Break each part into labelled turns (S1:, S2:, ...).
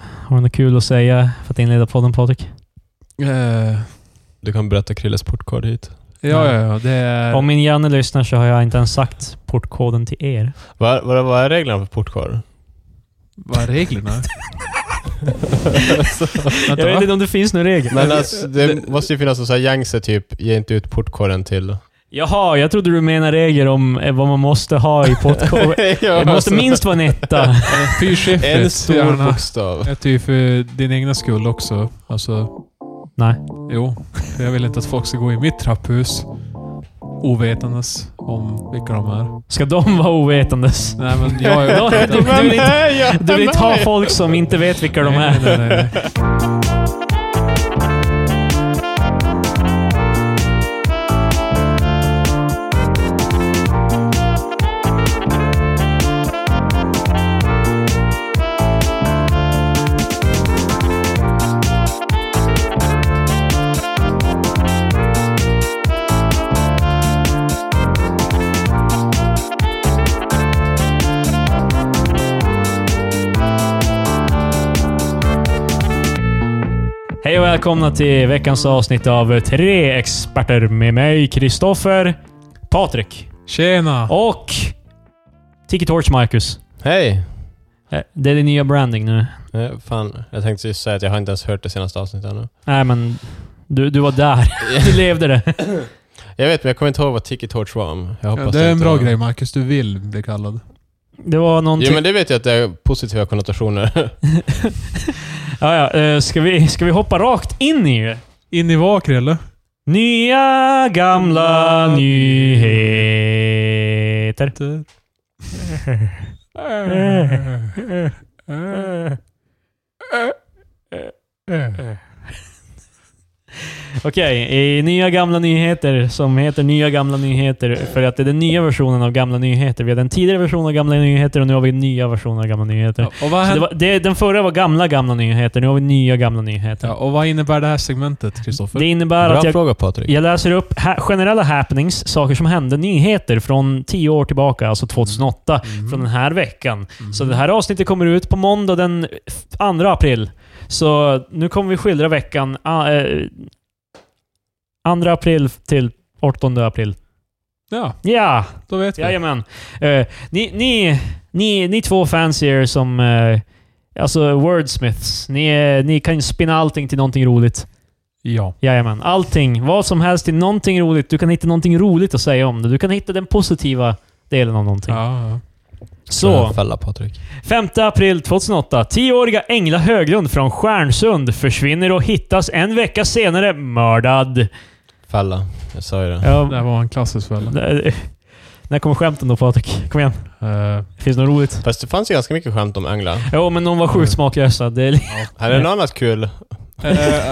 S1: Har du något kul att säga för att inleda podden Patrik?
S2: Eh,
S3: Du kan berätta Krilles portkod hit.
S2: ja, ja, ja. Det är...
S1: Om min Janne lyssnar så har jag inte ens sagt portkoden till er.
S3: Vad vad- vad är reglerna för portkod?
S2: Vad är reglerna?
S1: jag
S2: Vänta,
S1: vet
S2: va?
S1: inte om det finns någon regel.
S3: Men alltså, det måste ju finnas någon sån här gängse typ, ge inte ut portkoden till...
S1: Jaha, jag trodde du menade regler om eh, vad man måste ha i portkoden.
S3: ja,
S1: Det
S3: alltså.
S1: måste minst vara en etta.
S3: En
S2: Fyrsiffrigt,
S3: stor
S2: gärna.
S3: bokstav.
S2: Jag tycker för din egna skull också. Alltså,
S1: Nej.
S2: jo. För jag vill inte att folk ska gå i mitt trapphus ovetandes om vilka de är.
S1: Ska de vara ovetandes?
S2: Nej, men jag är...
S1: Du- du- du vill inte- Du vill inte ha
S3: folk...
S1: folk som inte vet vilka de
S2: Nej,
S1: är.
S2: nej, nej, nej.
S1: Hej och välkomna till veckans avsnitt av Tre Experter med mig, Kristoffer, Patrik
S2: Tjena!
S1: och Tiki Torch Marcus.
S3: Hej!
S1: Eh, Det är din nya branding nu.
S3: Eh, Fan, jag tänkte just säga att jag har inte ens hört det senaste avsnittet ännu.
S1: Nej, men du, du var där. Du levde det.
S3: Jag vet, men jag kommer inte ihåg vad Tiki Torch var om. Jag hoppas
S2: Ja, det är en
S3: inte
S2: bra
S3: var-
S2: grej Marcus, du vill bli kallad.
S1: Det var någonting...
S3: Jo, men det vet jag att det är positiva konnotationer.
S1: ja, ja, eh, ska, vi, ska vi hoppa rakt in i det?
S2: In i vad Krille?
S1: Nya gamla nyheter.
S2: Eh. Eh.
S1: Okej, i Nya Gamla Nyheter som heter Nya Gamla Nyheter för att det är den nya versionen av Gamla Nyheter. Vi hade den tidigare versionen av Gamla Nyheter och nu har vi den nya versionen av Gamla Nyheter.
S2: Ja, och, vad
S1: Så det
S2: händer,
S1: var, det, den förra var Gamla Gamla Nyheter, nu har vi Nya Gamla Nyheter.
S2: ja, och vad innebär det här segmentet Kristoffer?
S1: Det innebär
S3: Bra
S1: att jag,
S3: fråga Patrik.
S1: jag läser upp ha, generella happenings, saker som hände, nyheter från 10 år tillbaka, alltså 2008,
S2: Mm.
S1: från den här veckan.
S2: Mm.
S1: Så det här avsnittet kommer ut på måndag den 2 april. Så nu kommer vi skildra veckan ah, eh, 2 april till 18 april.
S2: Ja,
S1: Ja,
S2: då vet vi.
S1: jajamän. Eh, ni, ni, ni, ni två fans er som... eh, alltså wordsmiths. Ni, eh, ni kan ju spinna allting till någonting roligt.
S2: Ja.
S1: Jajamän. Allting. Vad som helst till någonting roligt. Du kan hitta någonting roligt att säga om det. Du kan hitta den positiva delen av någonting.
S2: Ja, ja.
S1: Så.
S3: Fälla Patrik.
S1: 5 april 2008. Tioåriga Engla Höglund från Stjärnsund försvinner och hittas en vecka senare mördad.
S3: Fälla. Jag sa ju det.
S2: Det här var en klassisk fälla.
S1: När- När kommer skämten då Patrik? Kom igen.
S2: Eh,
S1: Finns det något roligt?
S3: Fast det fanns ju ganska mycket skämt om änglar.
S1: Jo, men de var sjukt smaklösa. Det är
S3: Här är något annat kul.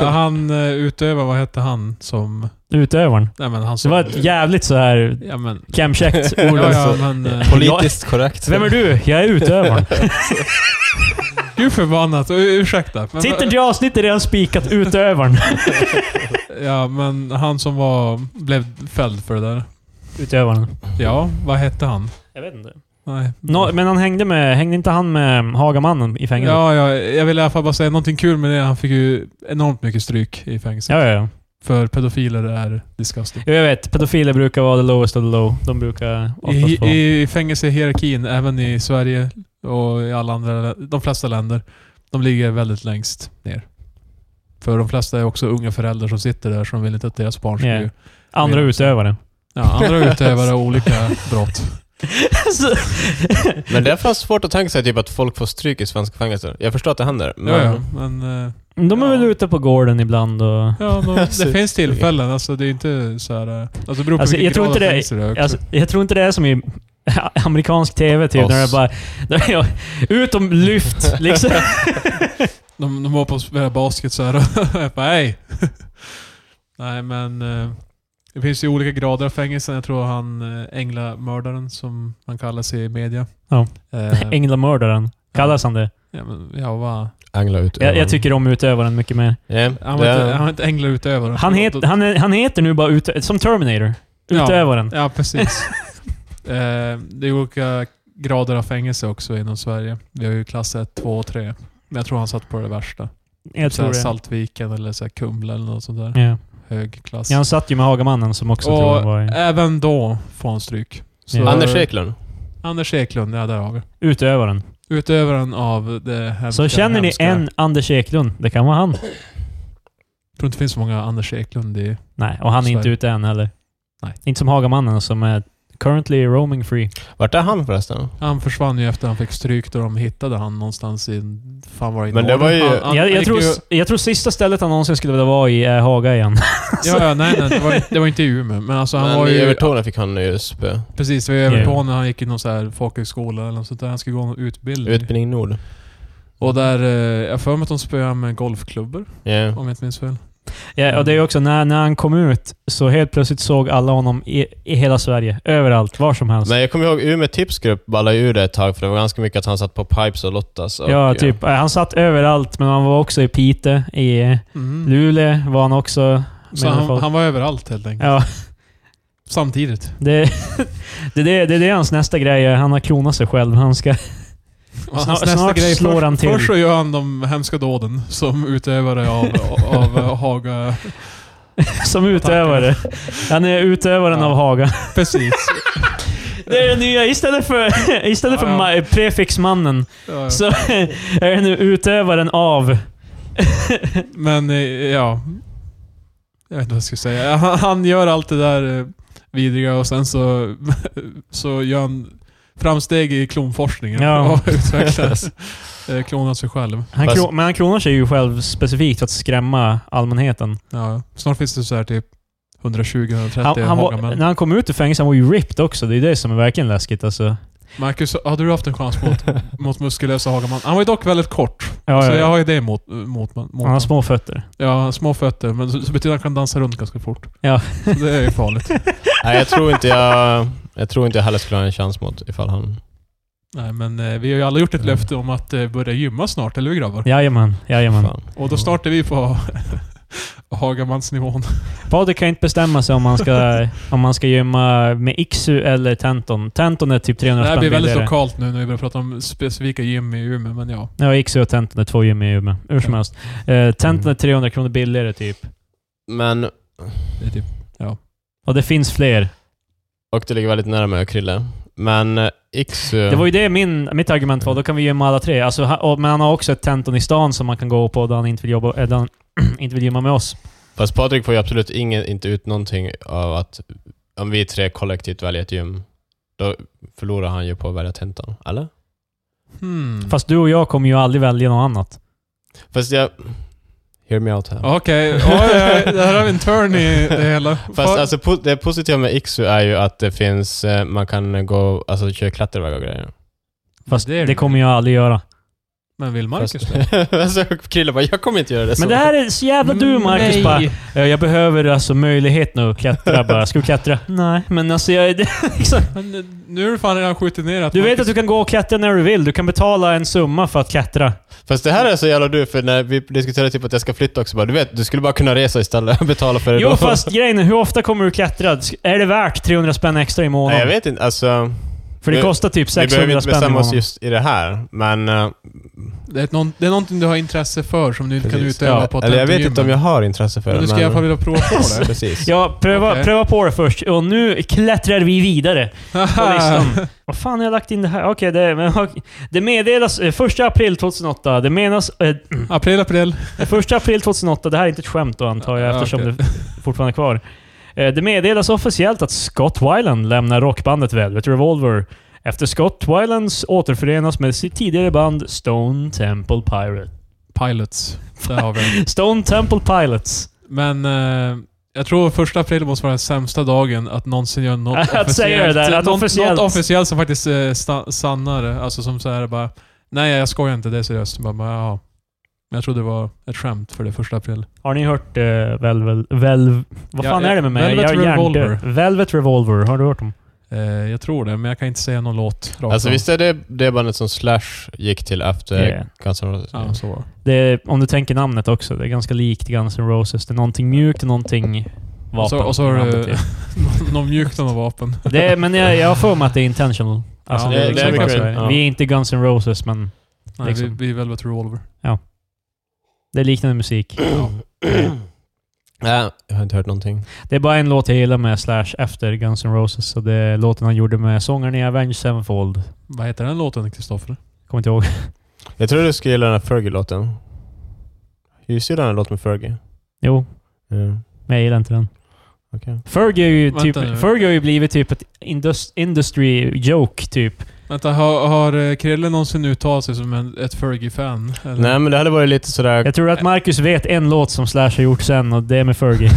S2: eh, han eh, utövar, vad hette han som...
S1: utövaren.
S2: Nej men han
S1: Så
S2: som...
S1: det var ett jävligt så här
S2: Ja men...
S1: klämkäckt ord.
S2: Ja, ja, men, eh,
S3: Politiskt korrekt.
S1: Vem är du? Jag är utövaren.
S2: Gud förbannat, U- ursäkta. Men,
S1: Titeln till avsnittet är redan spikat. Utövaren.
S2: Ja men han som var, blev fälld för det där.
S1: Utövaren.
S2: Ja, vad hette han?
S1: Jag vet inte.
S2: Nej.
S1: Nå, men han hängde med... Hängde inte han med Hagamannen i fängelset?
S2: Ja, ja, jag vill i alla fall bara säga någonting kul med det. Han fick ju enormt mycket stryk i fängelset.
S1: ja, ja. ja.
S2: För pedofiler är disgusting.
S1: Jo, jag vet. Pedofiler brukar vara the lowest of the low. De brukar oftast få...
S2: I, I fängelsehierarkin, även i Sverige och i alla andra, de flesta länder, de ligger väldigt längst ner. För de flesta är också unga föräldrar som sitter där, så de vill inte att deras barn ska
S1: Ja.
S2: ju-
S1: andra utövare.
S2: ja, andra utövare av olika brott.
S3: Men det är fan svårt att tänka sig typ att folk får stryk i svenska fängelser. Jag förstår att det händer. Men...
S2: Ja, ja, men eh,
S1: De är
S2: Ja.
S1: väl ute på gården ibland och...
S2: ja, de, det
S3: Precis.
S2: finns tillfällen. Alltså, det är inte så här... eh, Alltså, det beror på
S1: Alltså,
S2: vilken
S1: jag tror
S2: grad
S1: inte det-
S2: av fängelse det är också.
S1: Alltså, jag tror inte det är som i amerikansk TV typ, när det
S3: Oss.
S1: bara... När jag, ut och lyft, liksom.
S2: De, de var på att spela basket så här och jag bara hej. Nej men eh, det finns ju olika grader av fängelsen. Jag tror han eh, Änglamördaren som han kallar sig i media.
S1: Ja.
S2: Eh,
S1: Änglamördaren. Kallas han det?
S2: ja, men, ja, va?
S3: Ängla ut
S1: Jag, jag tycker om utövaren mycket mer.
S3: Ja,
S2: Han
S3: det
S2: var inte, han var inte änglautövare.
S1: Han, het, han, är- han heter nu bara utö- Som Terminator. Utövaren.
S2: Ja, precis. eh, det är olika grader av fängelse också inom Sverige. Vi har ju klass 1, 2 och 3. Men jag tror han satt på det värsta.
S1: Jag
S2: så
S1: tror
S2: här
S1: det.
S2: Saltviken eller så här Kumla eller något sånt där.
S1: Ja.
S2: Hög klass.
S1: ja, han satt ju med Hagamannen som också tror jag
S2: och
S1: var i,
S2: även då får han stryk. Så-
S1: Ja.
S3: Anders Eklund.
S2: Anders Eklund, ja där har vi.
S1: utövaren.
S2: Utövaren av det hemska,
S1: Så känner ni
S2: hemska.
S1: en Anders Eklund, det kan vara han.
S2: Jag tror inte det finns så många Anders Eklund i...
S1: Nej, och han är
S2: Så är
S1: inte
S2: det.
S1: ute än heller.
S2: Nej.
S1: Inte som Hagamannen som är currently roaming free.
S3: Vart är han förresten?
S2: Han försvann ju efter han fick stryk då de hittade han någonstans i... Fan var det i
S3: Men det
S2: Norge?
S3: var ju-
S2: Han, han,
S1: jag, jag,
S2: gick
S1: tror,
S2: ju-
S1: jag tror sista stället han någonsin skulle vilja vara i är Haga igen.
S2: Ja, ja, nej, nej. Det var, det var inte i Umeå. Men alltså han
S3: Men
S2: var
S3: i
S2: ju... Mm.
S3: Övertorneå fick han ju spö.
S2: Precis, det var ju över på när han gick i någon så här folkhögskola eller något sånt där. Han skulle gå någon utbildning.
S3: Utbildning Nord.
S2: Och där... eh, Jag har för mig att de spöade med golfklubbor,
S3: Yeah.
S2: om jag inte minns fel.
S1: Ja, och det är ju också när, när han kom ut så helt plötsligt såg alla honom i, i hela Sverige. Överallt, var som helst.
S3: Men jag kommer ihåg Umeå tipsgrupp ballade ur det ett tag för det var ganska mycket att han satt på Pipes och Lottas. Och,
S1: ja, typ. eh, Han satt överallt, men han var också i Pite, i eh,
S2: Mm.
S1: Luleå var han också.
S2: Så
S1: menar
S2: han,
S1: folk.
S2: han var överallt helt enkelt.
S1: Ja,
S2: Samtidigt.
S1: det, det, det, det, det är hans nästa grej. Han har klonat sig själv. Han ska...
S2: Hans
S1: Snart-
S2: nästa
S1: snart
S2: grej,
S1: slår
S2: först,
S1: han till.
S2: Först så gör han de hemska dåden som utövare av, av eh, Haga...
S1: Som utövare. Han är utövaren
S2: Ja.
S1: av Haga.
S2: Precis.
S1: Det är det nya. Istället för, istället för
S2: Ja, ja.
S1: ma- prefixmannen
S2: Ja, ja.
S1: så är det nu utövaren av.
S2: Men eh, ja... Jag vet inte vad jag ska säga. Han, han gör allt det där eh, vidriga och sen så, så gör han framsteg i klonforskningen
S1: Ja.
S2: och utvecklas. Eh, Klonar sig själv.
S1: Han
S3: Fast-
S1: kro- men han klonar sig ju själv specifikt för att skrämma allmänheten.
S2: Ja. Snart finns det så här typ 120-130
S1: Han, han var,
S2: Hagamän.
S1: när han kom ut ur fängelset han var ju ripped också. Det är det som är verkligen läskigt alltså.
S2: Marcus, hade du haft en chans mot, mot muskulösa Hagaman? Han var ju dock väldigt kort.
S1: Ja,
S2: så
S1: ja,
S2: jag
S1: ja.
S2: har ju det mot, mot, mot
S1: Han har små fötter.
S2: Ja, han har små fötter. Men så, så betyder det att han kan dansa runt ganska fort.
S1: Ja.
S2: Så det är ju farligt.
S3: Nej, jag tror inte jag... Jag tror inte jag heller skulle ha en chans mot ifall han...
S2: Nej, men eh, vi har ju alla gjort ett löfte om att eh, börja gymma snart, eller hur grabbar?
S1: Jajamän, jajamän.
S3: Fan.
S2: Och då snart är vi på Hagamansnivån.
S1: Patrik kan inte bestämma sig om man ska, om man ska gymma med Iksu eller Tenton. Tenton är typ
S2: Det
S1: 300
S2: här
S1: spänn
S2: blir väldigt
S1: billigare.
S2: lokalt nu när vi börjar prata om specifika gym i Umeå, men ja.
S1: Ja, Iksu och Tenton är två gym i Umeå. Hur som
S2: Ja.
S1: helst. Eh, Tenton
S3: Mm.
S1: är 300 kronor billigare typ.
S3: Men...
S2: Det är typ.
S1: Och det finns fler.
S3: Och det ligger väldigt nära mig och Krille. Men eh, Iksu...
S1: Det var ju det min, mitt argument var. Då kan vi gymma alla tre. Alltså, ha- och, men han har också ett Tenton i stan som man kan gå på där han inte vill, jobba, äh, där han inte vill gymma med oss.
S3: Fast Patrik får ju absolut ingen, inte ut någonting av att... Om vi tre kollektivt väljer ett gym, då förlorar han ju på att välja tentan. Eller?
S2: Hmm.
S1: Fast du och jag kommer ju aldrig välja något annat.
S3: Fast jag... Hear me out här.
S2: Okej, ja, ja, ja, det här har vi en turn i det hela.
S3: Fast alltså, po- det positiva med Iksu är ju att det finns... eh, Man kan gå... Alltså köra klättervägar och grejer.
S1: Fast
S2: Det är
S1: det,
S2: det
S1: kommer jag aldrig göra.
S2: Men vill Marcus det?
S3: Fast, alltså, Krille bara, jag kommer inte göra det. så."
S1: Men det här är så jävla du Marcus
S2: Mm, Nej.
S1: bara. "Eh, Jag behöver alltså möjlighet nu att klättra bara. Ska du klättra? Nej, men alltså jag... Det, liksom,
S2: Men, eh, Nu är du fan redan skjutit ner att
S1: du vet
S2: Marcus-
S1: att du kan gå och klättra när du vill. Du kan betala en summa för att klättra.
S3: Fast det här är så jävla du, för när vi diskuterade typ att jag ska flytta också, bara, du vet, du skulle bara kunna resa istället och betala för det
S1: Jo,
S3: då.
S1: fast grejen är, hur ofta kommer du klättra? Är det värt 300 spänn extra i månaden?
S3: Nej, jag vet inte. Alltså,
S1: För det
S3: Vi-
S1: kostar typ
S3: vi behöver
S1: 600
S3: inte
S1: spänn i
S3: bestämma oss
S1: månaden.
S3: just i det här, men... eh,
S2: Det är, ett någon, det är någonting du har intresse för som du inte
S3: Precis.
S2: kan utöva
S1: Ja,
S2: på
S3: Eller jag vet inte om jag
S2: tentorgymmet.
S3: har intresse för det,
S2: Men du ska i alla fall vilja prova på det.
S3: Precis.
S1: Ja, pröva,
S2: Okej.
S1: pröva på det först. Och nu klättrar vi vidare på listan. Vad fan har jag lagt in det här? Okej, det, men, okej. det meddelas... eh, 1 april 2008. Det menas... Eh,
S2: april, april.
S1: 1 april 2008. Det här är inte ett skämt då, antar jag,
S2: Ja,
S1: eftersom
S2: okej.
S1: det fortfarande är kvar. Eh, det meddelas officiellt att Scott Weiland lämnar rockbandet Velvet Revolver efter Scott Weilands återförenas med sitt tidigare band Stone Temple Pirate.
S2: Pilots. Där har vi den.
S1: Stone Temple Pilots.
S2: Men eh, jag tror första april måste vara den sämsta dagen att någonsin göra något
S1: Att
S2: officiellt.
S1: säga det där, att
S2: något,
S1: officiellt.
S2: något officiellt som faktiskt eh, sta- sannar det. Alltså som såhär bara... Nej, jag skojar inte. Det är seriöst. Bara, bara, ja. Men jag trodde det var ett skämt för det första april.
S1: Har ni hört eh, Velvet... Vel, vad
S2: Ja,
S1: fan
S2: ja,
S1: är det med mig? jag
S2: Velvet
S1: är hjärndöd.
S2: Revolver.
S1: Velvet Revolver. Har du hört dem?
S2: Eh, jag tror det, men jag kan inte säga någon låt rakt
S3: Alltså
S2: av.
S3: visst är det det bandet som Slash gick till efter
S1: Yeah.
S3: Guns N' Roses?
S2: Ja, så var det.
S1: Det är, om du tänker namnet också. Det är ganska likt Guns N' Roses. Det är någonting mjukt och någonting vapen.
S2: Och så- och så har du-
S1: namnet är.
S2: Någon- Någon mjukt av vapen.
S1: det är, men jag, jag har för mig att det är intentional. Alltså,
S2: Ja,
S1: det är
S2: det-
S1: liksom
S2: det är
S1: bara
S3: mycket
S1: så här.
S3: väl, ja.
S1: Vi är inte Guns N' Roses, men
S2: Nej,
S1: Liksom.
S2: vi, vi väljer ett revolver.
S1: Det är liknande musik.
S3: Nej, Äh, jag har inte hört någonting.
S1: Det är bara en låt jag gillar med Slash efter Guns N' Roses. Så det är låten han gjorde med sångaren i Avenged Sevenfold.
S2: Vad heter den låten, Kristoffer?
S1: Kommer inte ihåg.
S3: Jag tror du skulle gilla den här Fergie-låten. Just ju den här låten med Fergie.
S1: Jo,
S3: Ja,
S1: men jag gillar inte den.
S3: okej.
S1: Fergie, är ju
S2: Vänta
S1: typ,
S2: nu.
S1: Fergie har ju blivit typ ett indus- industry joke typ.
S2: Vänta, har, har eh, Krille någonsin uttalat sig som en, ett Fergie-fan? eller?
S3: Nej, men det hade varit lite sådär...
S1: Jag tror att Marcus vet en låt som Slash har gjort sen och det är med Fergie.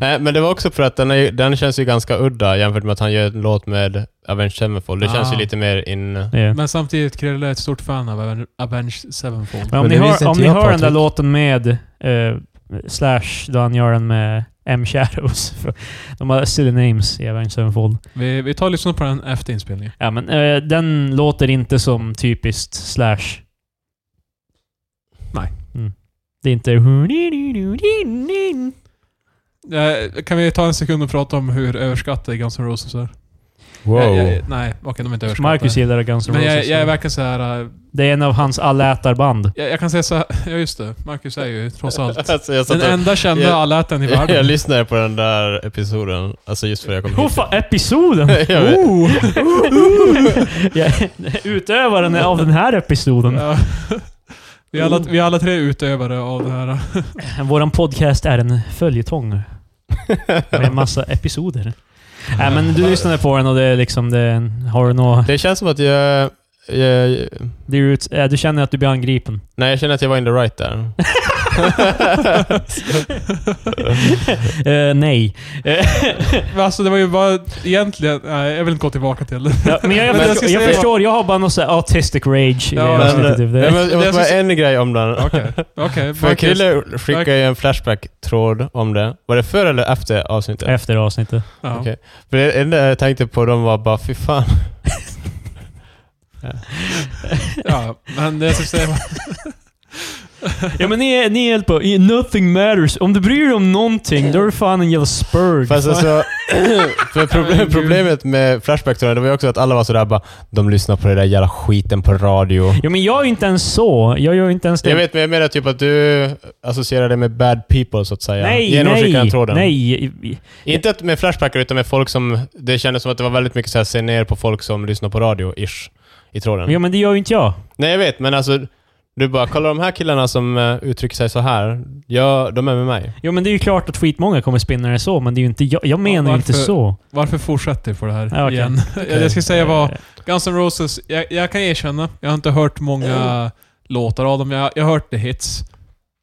S3: Nej, men det var också för att den, är, ju- den känns ju ganska udda jämfört med att han gör en låt med Avenged Sevenfold. Det känns
S2: Ah.
S3: ju lite mer in...
S1: Yeah.
S2: Men samtidigt, Krille är ett stort fan av Aven- Avenged Sevenfold.
S1: Men om
S3: Men
S1: ni
S3: det visste
S1: hör, om
S3: inte
S1: ni
S3: jag,
S1: hör den där
S3: Patrik.
S1: låten med eh, Slash, då han gör den med M Shadows. För De har silly names i Avenged Sevenfold.
S2: Vi, vi tar och lyssnar på den efter inspelningen.
S1: Ja, men eh, den låter inte som typiskt Slash.
S2: Nej.
S1: Mm. Det är inte...
S2: Eh, Kan vi ta en sekund och prata om hur överskattade Guns N' Roses är? Jag, jag, nej, okej, de är inte överskattade.
S1: Marcus gillar Guns N'
S2: Men jag,
S1: Roses.
S2: jag är verkligen så här. eh,
S1: Det är en av hans allätarband.
S2: Jag, jag kan säga så här, ja just det. Marcus är ju trots allt
S3: Alltså, jag, satt
S2: den
S3: och,
S2: enda kända
S3: jag-
S2: allätaren i
S3: jag, jag
S2: världen.
S3: lyssnade på den där episoden, alltså just för att jag kom
S1: Åh
S3: hit.
S1: fan, episoden!
S3: Jag vet.
S1: Oh. Jag är Utövaren av den här episoden.
S2: Ja. Vi är, alla, vi är alla tre utövare av det här.
S1: Våran podcast är en följetong med en massa episoder. Nej, men du lyssnade på den och det är liksom... Det, har du nå,
S3: Det känns som att jag, jag...
S1: det är ut, eh, du känner att du blir angripen.
S3: Nej, jag känner att jag var in the right där.
S1: Eh, nej. Eh,
S2: Men alltså det var ju bara egentligen... Nej, jag vill inte gå tillbaka till det.
S1: ja, men jag, jag,
S2: Men jag ska
S1: jag,
S2: säga-
S1: förstår, jag har bara någon sån här autistic rage i
S2: Ja,
S1: det
S2: men-
S1: avsnittet. Typ.
S3: Nej,
S1: Det,
S3: men jag måste
S2: jag
S3: bara
S2: syns-
S3: en grej om den.
S2: Okej. Okej,
S3: För
S2: Marcus.
S3: Krille skickade ju en Flashback-tråd om det. Var det före eller efter avsnittet?
S1: efter avsnittet.
S2: Ja.
S3: Okej. För det enda jag tänkte på dem var bara, fy fan.
S2: Ja, men det jag ska säga...
S1: Ja men ni är, ni är helt på i- nothing matters. Om du bryr dig om någonting, då är du fan en jävla spurg.
S3: Fast alltså, för
S2: Ja, men
S3: problem,
S2: gud.
S3: problemet med Flashback-tråden det var ju också att alla var sådär bara, de lyssnar på den där jävla skiten på radio.
S1: Ja men jag är ju inte ens så. Jag gör ju inte ens det.
S3: Jag vet, men jag menar typ att du associerar det med bad people, så att säga.
S1: nej,
S3: Genom att skicka den
S1: nej,
S3: tråden.
S1: nej.
S3: Inte att med flashbackar, utan med folk som... Det kändes som att det var väldigt mycket så här, se ner på folk som lyssnar på radio, ish. I tråden.
S1: Ja men det gör ju inte jag.
S3: Nej, jag vet, men alltså... Du bara, kolla de här killarna som eh, uttrycker sig så här. Ja, de är med mig.
S1: Jo men det är ju klart att skitmånga kommer spinna det så, men det är ju inte jag. Jag menar ju inte
S2: varför-
S1: så.
S2: Varför fortsätter vi på det här
S1: Ja, okej.
S2: igen? Det jag ska säga
S1: Eh,
S2: var... Guns N' Roses, jag, jag kan erkänna, jag har inte hört många låtar av dem. Jag, jag har hört the hits.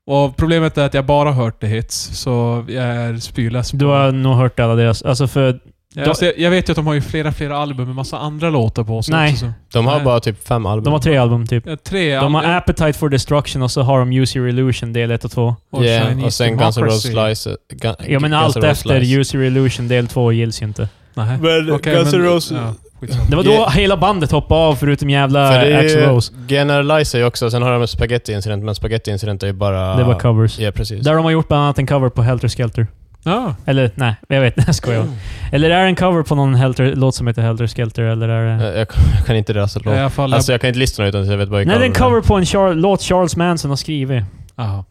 S2: Och problemet är att jag bara har hört the hits, så jag är spyless. på-
S1: Du har nog hört alla deras... Alltså för...
S2: Ja, alltså, jag, jag vet ju att de har ju flera, flera album med massa andra låtar på sig
S1: Nej.
S2: också. Så.
S3: De har
S2: Nej.
S3: bara typ fem album.
S1: De har tre album typ.
S2: Ja, tre
S1: De har
S2: album.
S1: Appetite for Destruction och så har de Use Your Illusion del 1 och 2.
S2: och
S3: yeah,
S2: Chinese
S3: och sen Guns N'
S2: Democracy.
S3: Roses Slice. Gun,
S1: Ja men
S3: Guns N'
S1: allt
S3: Roses
S1: efter
S3: Slice.
S1: Use Your Illusion del 2 gills ju inte.
S2: Nej.
S3: Men
S2: Okej,
S3: Guns N'
S2: men-
S3: Roses...
S2: ja, skitsamma.
S1: Det var då
S3: Yeah.
S1: hela bandet hoppade av förutom jävla
S3: För det är
S1: Axl
S3: ju...
S1: Rose.
S3: Generalizer ju också. Sen har de en Spaghetti Incident, men Spaghetti Incident är ju bara...
S1: Det var covers.
S3: Ja, precis.
S1: Där de har gjort bland annat en cover på Helter Skelter.
S2: Ja.
S1: Eller nej, jag vet. Jag skojar. Eller är det en cover på någon Helter, låt som heter Helter Skelter? Eller är Eh, det...
S3: Jag, Eh, jag, jag kan inte deras
S2: Ja,
S3: låt.
S2: I alla fall...
S3: Alltså jag kan inte listorna utan jag vet bara vilka
S1: Nej, det är en
S3: album
S1: cover på en Char- låt Charles Manson har skrivit.
S2: ja.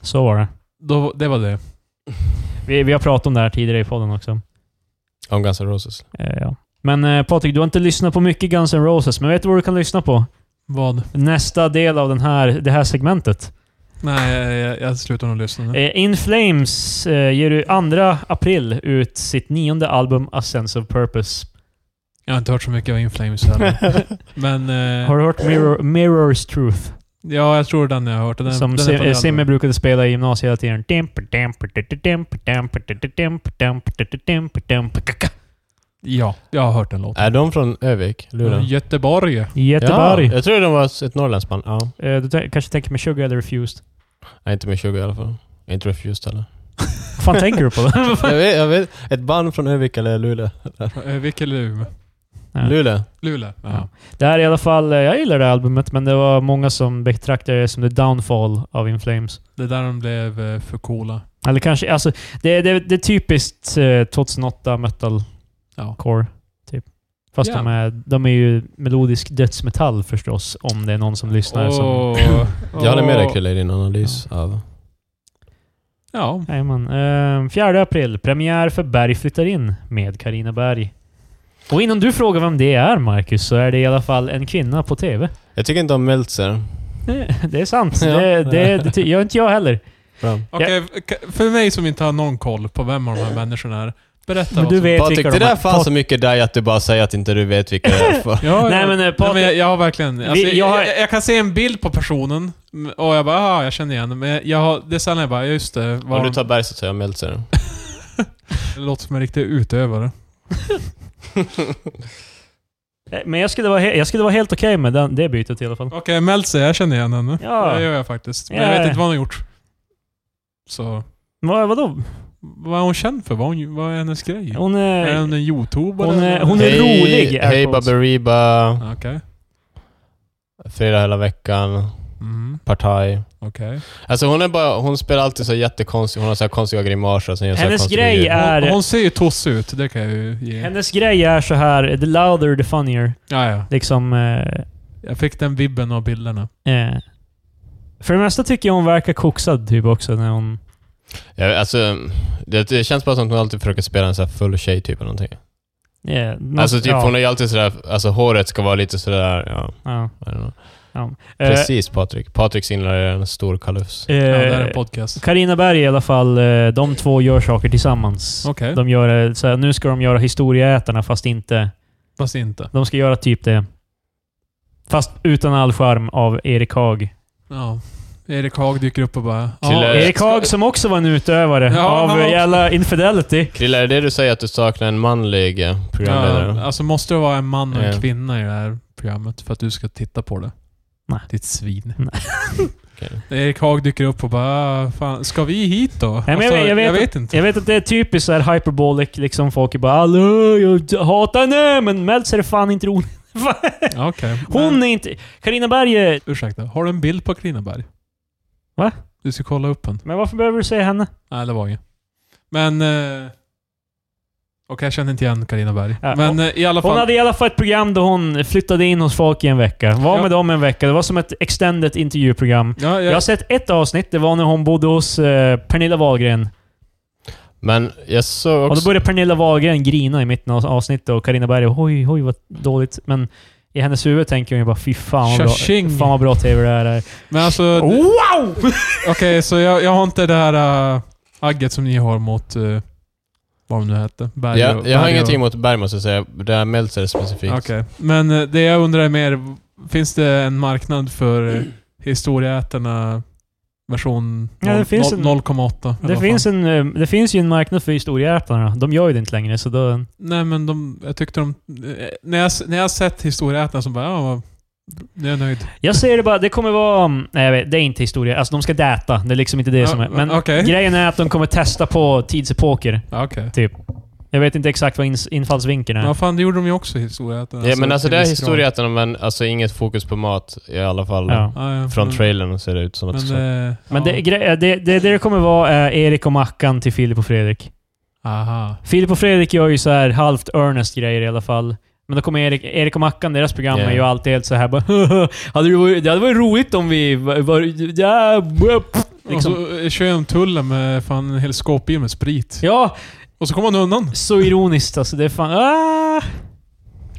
S1: Så var det.
S2: Då, det var det.
S1: Vi, vi har pratat om det här tidigare i podden också.
S3: det är. Om Guns N' Roses.
S1: Eh, ja. Men eh, Patrik, du har inte lyssnat på mycket Guns N' Roses, men vet du vad du kan lyssna på?
S2: Vad?
S1: Nästa del av den här, det här segmentet.
S2: Nej, jag, jag, jag slutar nog lyssna nu.
S1: Eh, In Flames eh, ger du 2 april ut sitt nionde album A Sense of Purpose.
S2: Jag har inte hört så mycket av In Flames heller. Men... Eh,
S1: Har du hört Mirror, Mirror's Truth?
S2: Ja, jag tror den jag har hört. Den,
S1: som
S2: den är
S1: Sim,
S2: på det
S1: eh, Simmy
S2: albumet.
S1: brukade spela i gymnasiet hela tiden. Dimper, dimper, dimper, dimper, dimper, dimper, dimper, dimper, dimper, dimper, kaka.
S2: Ja, jag har hört den låten.
S3: Är de från Övik? Luleå?
S2: Från Göteborg. Eh,
S1: Göteborg.
S3: Ja, jag tror de var ett norrlandsband. Ja.
S1: Eh, Du t- kanske tänker med Sugar eller Refused?
S3: Nej, inte med 20 i alla fall. Inte Refused heller.
S1: Vad fan tänker du på? Då?
S3: jag, vet, jag vet. Ett band från Övik eller Luleå?
S2: Övik eller Luleå?
S1: Ja.
S3: Luleå?
S2: Luleå? Ja.
S1: Ja. Det här är i alla fall... eh, Jag gillar det här albumet, men det var många som betraktade det som the downfall av In Flames.
S2: Det är där de blev eh, för coola.
S1: Eller kanske... Alltså, det, det, det är typiskt eh, 2008 metalcore.
S2: Ja.
S1: Typ. Fast
S2: Ja.
S1: de, är, de är ju melodisk dödsmetall förstås, om det är någon som lyssnar som...
S3: Jag håller med dig Krille i din analys av...
S2: Ja.
S1: Jajamän. Ehm, 4 april, premiär för Berg flyttar in med Karina Berg. Och innan du frågar vem det är, Marcus, så är det i alla fall en kvinna på TV.
S3: Jag tycker inte om Meltzer.
S1: Det är sant.
S3: Ja.
S1: Det, det, det ty- gör inte jag heller.
S3: Bra.
S2: Okej, k- för mig som inte har någon koll på vem av de här människorna är. Berätta
S1: Men
S2: vad
S1: du
S2: som...
S1: vet
S3: Patrik,
S1: vilka
S3: det
S1: de
S3: där
S1: är.
S3: fanns så mycket dig att du bara säger att inte du vet vilka det är. För.
S2: Ja,
S1: Nej,
S2: ja.
S1: men, eh,
S2: Nej, men
S1: Patrik-
S2: jag, jag har verkligen... Alltså,
S1: Vi- jag
S2: jag,
S1: har-
S2: jag, jag kan se en bild på personen m- och jag bara ah, jag känner igen Men jag har, det är sällan jag bara, ja, just det. Var,
S3: Om du tar Berg så tar jag Meltzer.
S2: Det låter som en riktig utövare.
S1: Eh, Men jag skulle vara, he- jag skulle vara helt okej med den, det bytet i alla fall.
S2: Okej, Meltzer, jag känner igen henne.
S1: Ja.
S2: Det gör jag faktiskt. Men
S1: Ja.
S2: jag vet inte vad hon har gjort. Så...
S1: Vad, vadå?
S2: Vad är hon känd för? Vad är, hon, vad är hennes grej?
S1: Hon eh,
S2: är
S1: är...
S2: hon en youtubare?
S1: Hon är-
S2: eller?
S1: hon är- rolig, är
S3: Hej
S1: Patrik.
S3: Baberiba,
S2: Okej.
S3: Fredag hela veckan,
S2: Mm,
S3: Partaj.
S2: okej.
S3: Alltså hon är bara, hon spelar alltid så jättekonstigt, hon har så här konstiga grimaser och sen gör så här
S1: Hennes
S3: konstiga
S1: grej
S3: ljud.
S2: Hon,
S1: är...
S2: hon ser ju tossig ut, det kan jag ju ge.
S1: Hennes grej är så här, the louder the funnier.
S2: Ja, ja.
S1: Liksom... Eh,
S2: Jag fick den vibben av bilderna.
S1: eh. För det mesta tycker jag hon verkar koksad typ också när hon...
S3: Ja, alltså, det, det känns bara som att hon alltid försöker spela en så här full tjej typ eller någonting.
S1: eh, något-
S3: alltså typ
S1: ja,
S3: hon är ju alltid sådär, alltså håret ska vara lite sådär, ja,
S1: ja,
S3: I don't know.
S1: ja. Eh,
S3: Precis Patrik. Patriks inlär är en stor kalufs.
S2: Ja, det här är en
S1: Eh,
S2: podcast.
S1: Carina Berg i alla fall, eh, de två gör saker tillsammans.
S2: Okej.
S1: De gör, eh, så här, nu ska de göra Historieätarna fast inte...
S2: Fast inte.
S1: De ska göra typ det. Fast utan all charm av Erik Haag.
S2: Ja. Erik Haag dyker upp och bara... ja,
S3: Kille- Eh,
S1: Erik Haag som också var en utövare
S2: Ja,
S1: av
S2: han var-
S1: eh, jävla infidelity.
S3: Krille, är det du säger att du saknar en manlig eh, programledare?
S2: Ja, alltså måste det vara en man och en
S3: Ja.
S2: kvinna i det här programmet för att du ska titta på det?
S1: Nej.
S2: Ditt svin.
S3: Okej.
S2: Erik Haag dyker upp och bara "Ah, fan, ska vi hit då?
S1: men jag
S2: Alltså,
S1: vet- jag vet
S2: jag
S1: att-
S2: vet inte.
S1: Jag vet att det är typiskt så här hyperbolic, liksom folk är bara Hallå, jag hatar henne, men Meltzer är fan inte rolig.
S2: Okej.
S1: Hon
S2: Men,
S1: är inte... Carina Berg är-
S2: ursäkta, har du en bild på Klinaberg?
S1: Va?
S2: Du ska kolla upp den.
S1: Men varför behöver du säga henne?
S2: Nej, det var inget. Men... Eh, Okej, jag känner inte igen Carina Berg.
S1: Ja,
S2: men
S1: hon-
S2: eh, i alla fall...
S1: Hon hade i alla fall ett program då hon flyttade in hos folk i en vecka. Var
S2: Ja.
S1: med dem en vecka. Det var som ett extended intervjuprogram.
S2: ja,
S1: Jag har sett ett avsnitt, det var när hon bodde hos eh, Pernilla Wahlgren.
S3: Men jag såg
S1: Och då
S3: också...
S1: började Pernilla Wahlgren grina i mitten av avsnittet och Carina Berg oj, oj vad dåligt. Men i hennes huvud tänker hon ju bara fy fan vad bra,
S2: Tja-tjing."
S1: fan vad bra TV det här är.
S2: Men alltså...
S1: Wow!
S2: Okej, så jag, jag har inte det här äh, agget som ni har mot... Uh, vad de nu hette. Berg
S3: Ja, jag har
S2: Berg
S3: ingenting emot Berg måste jag säga. Det är Meltzer specifikt.
S2: Okej. Men eh, det jag undrar är mer, finns det en marknad för
S3: Mm.
S2: uh, historieätarna version
S1: Ja, det
S2: noll-
S1: finns
S2: noll-
S1: en-
S2: 0,8? eller
S1: Det
S2: vad
S1: finns,
S2: fan?
S1: en, eh, det finns ju en marknad för historieätarna. De gör ju det inte längre, så då...
S2: Nej men de, jag tyckte de... eh, När jag, s- när jag har sett historieätarna så bara, ja, vad- nu är jag nöjd.
S1: Jag säger det bara, det kommer vara... mm, Nej, jag vet, det är inte historia. Alltså, de ska däta. Det är liksom inte det
S2: Ja,
S1: som är... Men
S2: okej.
S1: grejen är att de kommer testa på tidsepoker,
S2: Ja, Okej.
S1: typ. Jag vet inte exakt vad ins- infallsvinkeln är.
S2: Ja fan, det gjorde de ju också i historieätarna.
S3: Ja, men alltså
S2: till
S3: det är
S2: viss grad.
S3: historieätarna, men alltså inget fokus på mat i alla fall.
S1: Ja.
S2: Ja, ja,
S3: Från
S2: men-
S3: trailern ser det ut som att...
S2: Men, eh,
S1: Mm. Men
S2: ja.
S1: det, gre- det, det, det det kommer vara är Erik och Mackan till Filip och Fredrik.
S2: Aha.
S1: Filip och Fredrik gör ju så här halvt earnest grejer i alla fall. Men då kommer Erik, Erik och Mackan, deras program
S3: Ja.
S1: är ju alltid helt så här bara hade du varit, Det hade varit roligt om vi... Var, var, ja, pff, liksom.
S2: Och så eh, kör jag om tullen med fan en hel skåpbil med sprit.
S1: ja,
S2: Och så kommer han undan.
S1: så ironiskt alltså. Det är fan... Ah,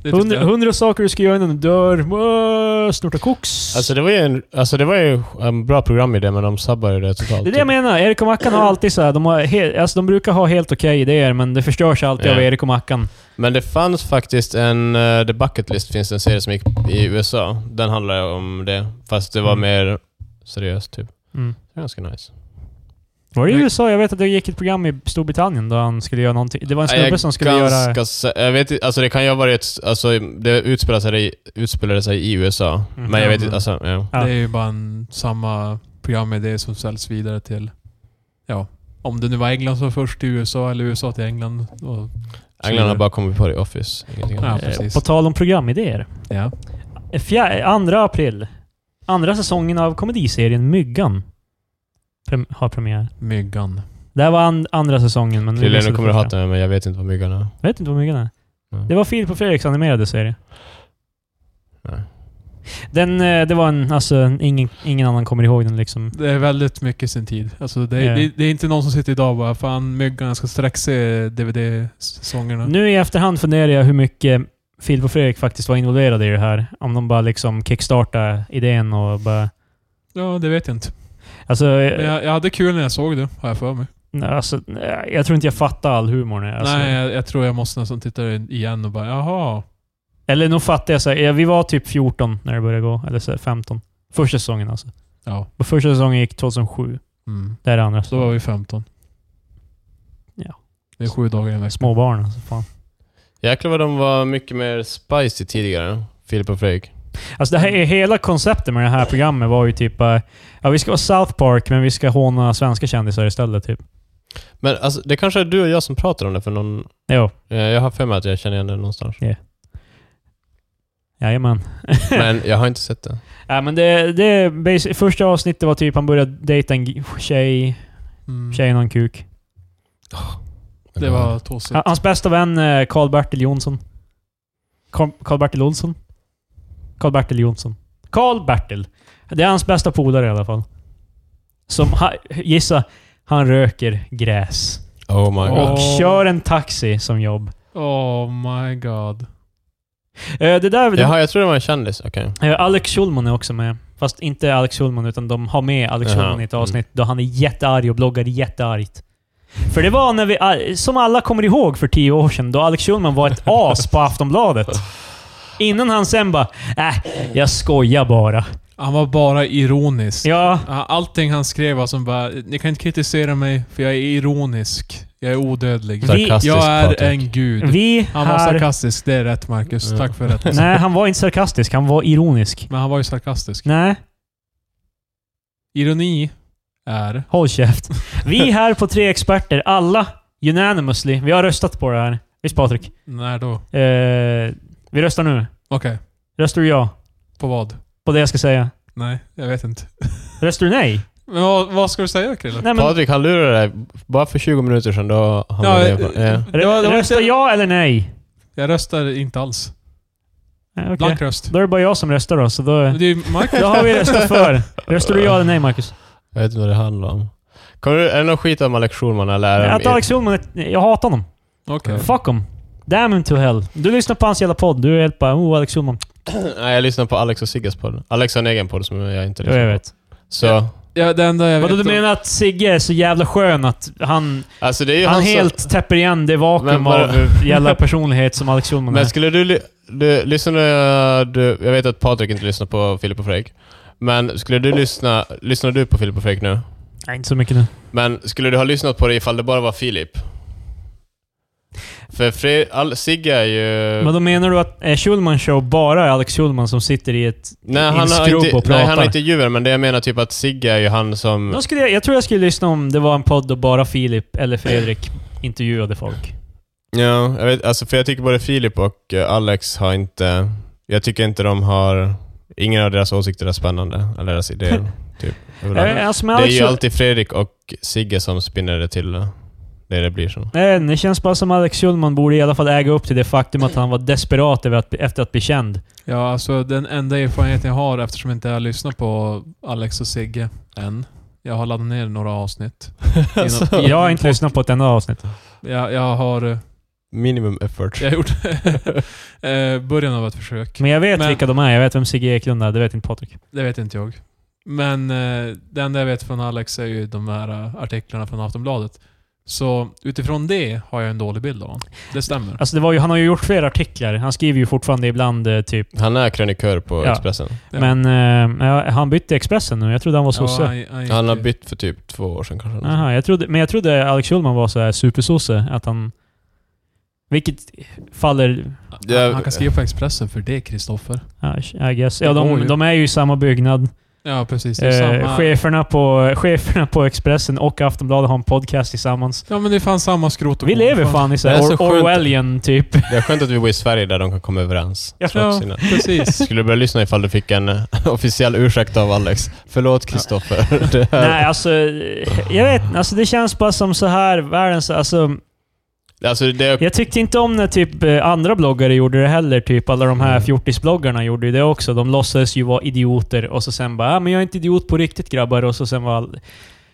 S2: Det är typ
S1: hundra,
S2: det.
S1: hundra saker du ska göra innan du dör. Ah, snorta koks.
S3: Alltså det var ju en, alltså, det var ju en bra programidé, men de sabbar ju det totalt.
S1: det är det jag menar. Erik och Mackan har alltid så här, de, har he, alltså de brukar ha helt okej idéer, men det förstörs alltid
S3: Ja.
S1: av Erik och Mackan.
S3: Men det fanns faktiskt en... eh, The Bucket List finns det en serie som gick i USA. Den handlar om det. Fast det var
S1: Mm.
S3: mer seriöst, typ.
S1: Mm.
S3: Det är ganska nice.
S1: Var det i
S2: Nej.
S1: USA? Jag vet att det gick ett program i Storbritannien då han skulle göra någonting. Det var en
S3: Ja, jag är
S1: snubbe som skulle
S3: ganska,
S1: göra...
S3: sä- Jag vet inte, alltså det kan ju ha varit... Alltså det utspelade sig, i- utspelade sig i USA.
S1: Mm.
S3: Men jag
S2: Ja,
S3: vet
S2: men-
S3: inte, alltså ja.
S1: Ja.
S2: Det är ju bara en, samma programidé som säljs vidare till... Ja. Om det nu var England som var först till USA eller USA till England. Och,
S3: England har bara kommit på det i Office. Ingenting
S2: Ja,
S3: annat.
S1: Eh,
S2: precis.
S1: På tal om programidéer.
S2: ja.
S1: Fjär, 2 april. Andra säsongen av komediserien Myggan prem, har premiär.
S2: Myggan.
S1: Det här var an, andra säsongen, men...
S3: Krille,
S1: visade
S3: nu kommer du
S1: första.
S3: hata mig, men jag vet inte vad myggan är.
S1: Jag vet inte vad Myggan är.
S3: Nej.
S1: Det var Filip och Fredriks animerade serie.
S3: Nej.
S1: Den, eh, det var en, alltså en- ingen, ingen annan kommer ihåg den liksom.
S2: Det är väldigt mycket sin tid. Alltså det, är,
S1: Ja.
S2: det, det är inte någon som sitter idag och bara Fan Myggan, jag ska strax se DVD-sångerna.
S1: Nu i efterhand funderar jag hur mycket Filip och Fredrik faktiskt var involverade i det här. Om de bara liksom kickstartade idén och bara...
S2: Ja, det vet jag inte.
S1: Alltså,
S2: Men jag, jag hade kul när jag såg det, har jag för mig.
S1: Nej, Alltså, nej, jag tror inte jag fattar all humor nu. Alltså.
S2: Nej, jag, jag tror jag måste nästan titta igen och bara jaha.
S1: Eller nog fattar jag så här, ja, Vi var typ 14 när det började gå. Eller så här, 15. Första säsongen alltså.
S2: Ja.
S1: Och första säsongen gick 2007.
S2: Mm.
S1: Det här är andra.
S2: Så då var vi 15.
S1: Ja.
S2: Det är sju dagar i en vecka.
S1: Små barn alltså. Fan.
S3: Jäklar vad de var mycket mer spicy tidigare. Filip och Fredrik.
S1: Alltså det här, hela konceptet med det här programmet var ju typ... eh, Ja, vi ska vara South Park, men vi ska håna svenska kändisar istället. Typ.
S3: Men alltså, det kanske är du och jag som pratar om det för någon...
S1: Jo,
S3: eh, Jag har för mig att jag känner igen det någonstans.
S1: jajamän.
S3: Men jag har inte sett det.
S1: Ja, men det, det, basi- första avsnittet var typ han började dejta en g- tjej,
S2: Mm.
S1: tjejen har en kuk.
S2: Det var tossigt.
S1: Ha- Hans bästa vän eh, Karl-Bertil Jonsson. Karl- Karl-Bertil Olsson? Karl-Bertil Jonsson. Karl-Bertil. Det är hans bästa polare i alla fall. Som, ha, gissa, han röker gräs.
S3: Oh my god.
S2: Åh.
S1: Och kör en taxi som jobb.
S2: Oh my god.
S1: Eh, Det där...
S3: Jaha, jag tror det var en kändis. Okej.
S1: Eh, Alex Schulman är också med. Fast inte Alex Schulman, utan de har med Alex
S3: Jaha,
S1: Schulman i ett
S2: mm.
S1: avsnitt då han är jättearg och bloggar jätteargt. För det var när vi, eh, som alla kommer ihåg för tio år sedan, då Alex Schulman var ett as på Aftonbladet. Innan han sen bara äh, jag skojar bara”.
S2: Han var bara ironisk.
S1: Ja,
S2: Ja, Allting han skrev var som bara, ni kan inte kritisera mig för jag är ironisk. Jag är odödlig.
S1: Vi-
S3: Sarkastisk
S2: jag är
S3: Patrik.
S2: en gud.
S1: vi
S2: Han var
S1: här...
S2: sarkastisk, det är rätt Marcus.
S3: Ja.
S2: Tack för rätt.
S1: Nej, han var inte sarkastisk. Han var ironisk.
S2: Men han var ju sarkastisk.
S1: Nej,
S2: Ironi är...
S1: håll käft. Vi här på Tre Experter, alla unanimously, vi har röstat på det här. Visst Patrik?
S2: När då? Okej.
S1: Eh, vi röstar nu. Röstar du ja?
S2: På vad?
S1: På det jag ska säga.
S2: Nej, jag vet inte.
S1: Röstar du nej?
S2: Men vad, vad ska du säga Krille?
S1: nej men,
S3: Patrik, han lurade dig. Bara för 20 minuter sedan då han
S2: Ja,
S3: var det.
S2: eh,
S3: Ja.
S2: det var- det var
S1: röstar
S2: inte-
S1: ja eller nej?
S2: Jag röstar inte alls.
S1: Eh, Okej.
S2: Blank röst.
S1: Då är det bara jag som röstar då, så då,
S2: Men Det är ju Marcus.
S1: då har vi röstat för. Röstar du ja eller nej, Marcus?
S3: Jag vet inte vad det handlar om. Kommer du, är det någon skit om Alex Schulman eller är det
S1: Att Alex Schulman, är- jag hatar honom.
S2: Okej.
S1: Fuck him. Damn him to hell. Du lyssnar på hans jävla podd, du är helt bara oh, Alex Schulman.
S3: Nej, jag lyssnar på Alex och Sigges podd. Alex har en egen podd som jag inte
S1: Jo, jag vet.
S3: Så,
S2: Ja, det enda jag
S1: Vadå, du
S2: vet om-
S1: menar att Sigge är så jävla skön att han,
S3: alltså det är ju
S1: han
S3: hans-
S1: helt täpper igen det
S3: Men
S1: vakuum
S3: bara-
S1: av jävla personlighet som Alex Schulman är?
S3: Men skulle du... ly- du lyssnar du... Jag vet att Patrik inte lyssnar på Filip och Fredrik. Men skulle du lyssna... Lyssnar du på Filip och Fredrik nu?
S1: Nej, inte så mycket nu.
S3: Men skulle du ha lyssnat på det ifall det bara var Filip? För Fred, all, Sigge är ju...
S1: Men då menar du att är Schulman show bara Alex Schulman som sitter i ett...
S3: nej, han har
S1: inskrubb och
S3: inte, nej,
S1: pratar.
S3: han har inte djur, men det jag menar typ att Sigge är ju han som...
S1: Då skulle jag, jag tror jag skulle lyssna om det var en podd och bara Filip eller Fredrik intervjuade folk.
S3: Ja, jag vet, alltså för jag tycker både Filip och eh, Alex har inte... Jag tycker inte de har... Ingen av deras åsikter är spännande, eller deras idéer. typ, överlag.
S1: Eh, alltså
S3: det
S1: med
S3: är
S1: Alex
S3: ju
S1: Schul-
S3: alltid Fredrik och Sigge som spinner det till eh, det det blir så.
S1: Nej, Eh, det känns bara som Alex Schulman borde i alla fall äga upp till det faktum att han var desperat över att, efter att bli känd.
S2: Ja, alltså den enda erfarenheten jag har eftersom jag inte har lyssnat på Alex och Sigge än. Jag har laddat ner några avsnitt. Alltså,
S1: Jag har inte lyssnat på ett enda avsnitt.
S2: Jag, jag har... eh,
S3: Minimum effort.
S2: Jag har gjort eh, början av ett försök.
S1: Men jag vet
S2: Men-
S1: vilka de är. Jag vet vem Sigge Eklund är. Det vet inte Patrik.
S2: Det vet inte jag. Men eh, det enda jag vet från Alex är ju de här eh, artiklarna från Aftonbladet. Så utifrån det har jag en dålig bild av honom. Det stämmer.
S1: Alltså det var ju, han har ju gjort flera artiklar. Han skriver ju fortfarande ibland eh, typ...
S3: Han är krönikör på
S1: Ja.
S3: Expressen.
S2: Ja.
S1: Men eh, ja, han bytte Expressen nu. Jag trodde han var sosse.
S2: han, han gick
S3: Han har
S2: ju-
S3: bytt för typ två år sedan kanske.
S1: Aha, jag trodde, men jag trodde Alex Schulman var så här supersosse. Att han... Vilket faller...
S2: han, han kan skriva på Expressen för det, Kristoffer.
S1: I guess. Ja,
S2: Det går
S1: de,
S2: ju.
S1: de är ju i samma byggnad.
S2: Ja, precis. Det är
S1: Eh,
S2: samma-
S1: cheferna, på, cheferna på Expressen och Aftonbladet har en podcast tillsammans.
S2: Ja, men det är fan samma skrot och
S1: Vi
S2: korn.
S1: lever fan i så här
S3: Det är så
S1: or-
S3: skönt.
S1: Orwellian typ.
S3: Det är skönt att vi bor i Sverige där de kan komma överens.
S1: Ja.
S3: trots sina-
S2: Precis.
S3: Skulle du börja lyssna ifall du fick en eh, officiell ursäkt av Alex? Förlåt Kristoffer. Det här-
S1: Nej, alltså... eh, Jag vet inte, alltså Det känns bara som så här världens... Alltså,
S3: Alltså det...
S1: Jag tyckte inte om när typ eh, andra bloggare gjorde det heller. Typ alla de här
S3: Mm.
S1: fjortisbloggarna gjorde ju det också. De låtsades ju vara idioter och så sen bara ah, men jag är inte idiot på riktigt grabbar” och så sen var all...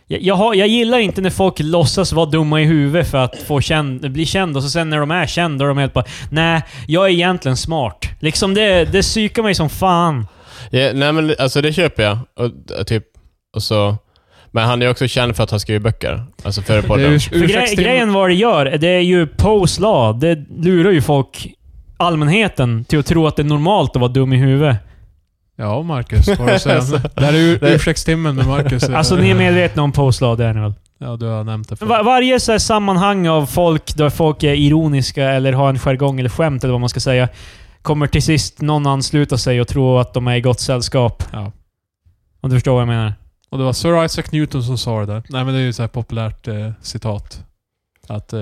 S1: jag, jag, har, jag gillar inte när folk låtsas vara dumma i huvudet för att få känd, bli känd och så sen när de är kända och de helt bara “Nej, jag är egentligen smart”. Liksom det, det psykar mig som fan.
S3: Ja, nej men alltså det köper jag. Och, och typ, och så... Men han är också känd för att han skriver böcker. Alltså före
S2: Det är
S3: podden.
S2: ju
S1: För
S2: ursäkts-
S1: gre- grejen vad det gör, det är ju Poes law. Det lurar ju folk, allmänheten, till att tro att det är normalt att vara dum i huvudet.
S2: Ja, Marcus. Vad har du att säga? Det här är ur,
S3: det-
S2: ursäktstimmen med Marcus.
S1: Alltså ni är medvetna om Poes law, det är ni väl?
S2: Ja, du har nämnt det förut.
S1: Var, varje så här sammanhang av folk där folk är ironiska eller har en jargong eller skämt eller vad man ska säga, kommer till sist någon ansluta sig och tro att de är i gott sällskap.
S2: Ja.
S1: Om du förstår vad jag menar?
S2: Och det var Sir Isaac Newton som sa det där. Nej men det är ju ett populärt eh, citat. Att eh,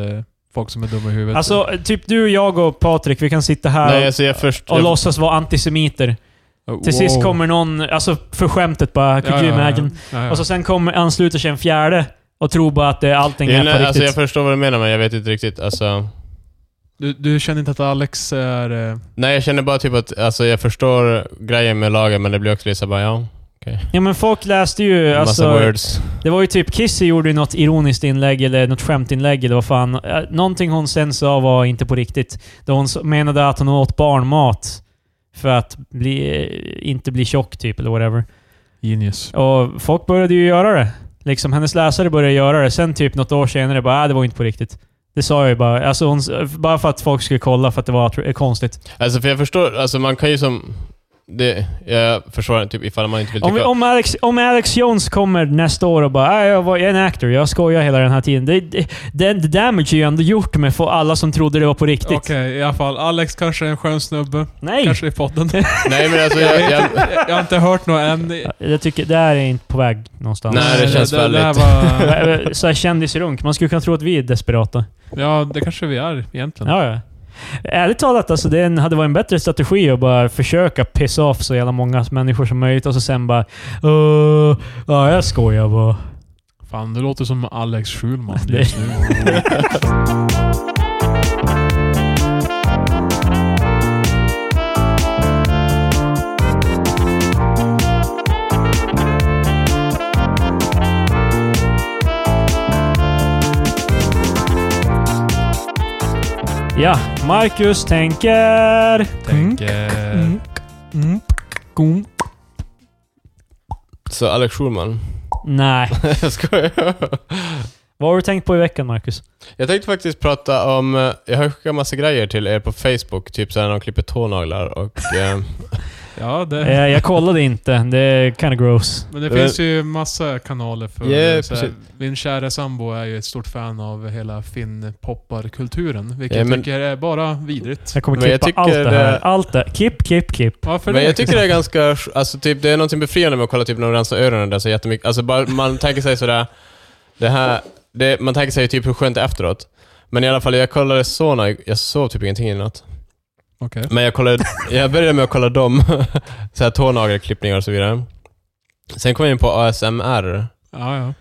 S2: folk som är dumma i huvudet...
S1: Alltså, typ du, jag och Patrik, vi kan sitta här
S3: Nej,
S1: och,
S3: alltså jag först...
S1: och
S3: jag-
S1: låtsas vara antisemiter.
S2: Oh,
S1: Till sist
S2: wow.
S1: kommer någon, alltså för skämtet bara, could you imagine?
S2: Ja, ja.
S1: Och så sen kommer, ansluter sig en fjärde och tror bara att det är allting
S3: Ja,
S1: är på
S3: nej,
S1: riktigt.
S3: alltså jag förstår vad du menar men jag vet inte riktigt. Alltså,
S2: du, du känner inte att Alex är... Eh,
S3: nej, jag känner bara typ att alltså, jag förstår grejen med lagen men det blir också lite så här bara ja,
S1: Ja men folk läste ju...
S3: massa
S1: Alltså,
S3: words.
S1: Det var ju typ Kissy gjorde ju något ironiskt inlägg eller något skämtinlägg eller vad fan. Eh, Någonting hon sen sa var inte på riktigt. Då hon s- menade att hon åt barnmat för att bli, eh, inte bli tjock typ eller whatever.
S2: genius.
S1: Och folk började ju göra det. Liksom hennes läsare började göra det. Sen typ något år senare bara äh, det var inte på riktigt. Det sa jag ju bara. Alltså hon, s- bara för att folk skulle kolla för att det var tr- konstigt.
S3: Alltså för jag förstår, alltså man kan ju som... Det, jag försvarar typ ifall man inte vill
S1: Om, vi,
S3: tycka...
S1: om, Alex, om Alex Jones kommer nästa år och bara äh, jag, var, jag är en actor, jag skojar hela den här tiden. Det, det, det, det damage är ju ändå gjort med för alla som trodde det var på riktigt.
S2: Okej, i alla fall. Alex kanske är en skön snubbe.
S1: Nej!
S2: Kanske i podden.
S3: Nej men alltså jag... jag
S2: jag har inte hört något än.
S1: Jag tycker det här är inte på väg någonstans. Äh,
S3: Nej, det känns
S2: det, det, här
S3: väldigt-
S2: var,
S1: Så här kändisrunk. Man skulle kunna tro att vi är desperata.
S2: Ja, det kanske vi är egentligen.
S1: Ja, ja. Ärligt talat, alltså, det är en- hade varit en bättre strategi att bara försöka pissa off så jävla många människor som möjligt och så sen bara "Öh, ja, jag skojar bara.
S2: Fan, du låter som Alex Schulman
S1: Det-
S2: just nu.
S1: Ja, Marcus tänker...
S3: eh,
S2: Tänker...
S3: så Alex Schulman.
S1: Nej.
S3: jag skojar.
S1: Vad har du tänkt på i veckan, Marcus?
S3: Jag tänkte faktiskt prata om... eh, Jag har skickat massa grejer till er på Facebook, typ såhär när de klipper tånaglar och... eh,
S2: Ja, det...
S1: Eh, jag kollade inte. Det är kind of gross.
S2: Men det
S3: Men-
S2: finns ju massa kanaler för...
S3: eh, Ja,
S2: så här,
S3: precis.
S2: min kära sambo är ju ett stort fan av hela finnpopparkulturen, vilket
S3: Ja,
S2: jag
S3: men-
S2: tycker är bara vidrigt.
S1: Jag kommer
S3: Men jag
S1: klippa allt
S3: tycker
S1: det här.
S3: det-
S1: Allt det. Klipp, klipp, klipp.
S2: Varför
S3: Men
S2: det?
S3: jag tycker det är ganska... Alltså typ, det är någonting befriande med att kolla typ när de rensar öronen där så jättemycket. Alltså bara, man tänker sig sådär... Det här... Det, man tänker sig typ hur skönt det är efteråt. Men i alla fall, jag kollade såna... Jag sov typ ingenting i natt.
S2: Okej.
S3: Men jag kollade... Jag började med att kolla dem. så här tånagelklippningar och så vidare. Sen kom jag in på ASMR.
S2: Ja, ja.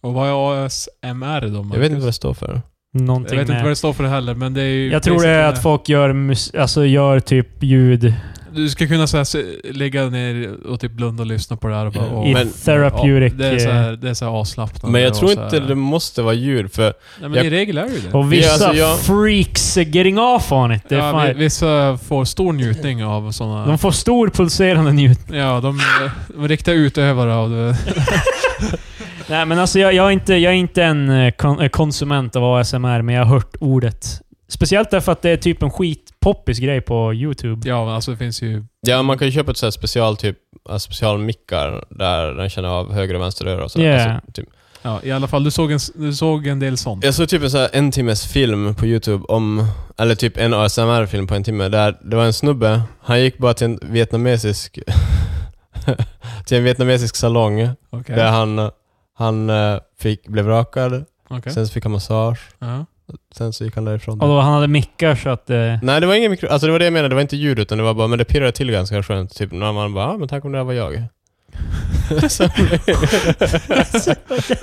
S2: Och vad är ASMR då, Marcus?
S3: Jag vet inte vad det står för.
S2: Jag
S1: Någonting
S2: vet inte
S1: med...
S2: vad det står för det heller, men det är ju...
S1: Jag tror det är att
S2: basically-
S1: folk gör, mus- alltså, gör typ ljud
S2: Du ska kunna så här, se- ligga ner och typ blunda och lyssna på det här och bara... åh.
S1: i
S3: men-
S1: therapeutic... eh.
S2: Ja, det är så här, det är så här avslappnande.
S3: Men jag
S2: och
S3: tror
S2: så här-
S3: inte det måste vara ljud, för...
S2: Nej, men
S3: jag-
S2: i regel är det ju
S1: eh,
S2: det.
S1: Och vissa
S3: Ja, alltså, jag-
S1: freaks getting off on it. Det är
S2: Ja,
S1: fan,
S2: vi- vissa får stor njutning av sådana...
S1: De får stor pulserande njutning.
S2: Ja, de, de är riktiga utövare av det.
S1: Nej men alltså jag, jag, är inte, jag är inte en eh, kon- eh, konsument av ASMR, men jag har hört ordet. Speciellt därför att det är typ en skitpoppis grej på YouTube.
S2: Ja, men alltså det finns ju...
S3: Ja, man kan ju köpa ett så här special typ... Alltså specialmickar där den känner av höger och vänster öra och sådär.
S1: Yeah.
S3: Alltså, typ,
S2: Ja, i alla fall. Du såg en, du såg en del sånt.
S3: Jag såg typ en så här en timmes film på Youtube om, eller typ en ASMR-film på en timme, där det var en snubbe, han gick bara till en vietnamesisk till en vietnamesisk salong
S2: Okej.
S3: där han, han eh, fick, blev rakad,
S2: Okej.
S3: sen så fick han massage,
S2: Ja.
S3: sen så gick han därifrån.
S1: Och då Alltså, han hade mickar så att... Eh,
S3: Nej, det var ingen mikro... Alltså det var det jag menade, det var inte ljud utan det var bara, men det pirrade till ganska skönt. Typ när man bara, ah, men tänk om det här var jag.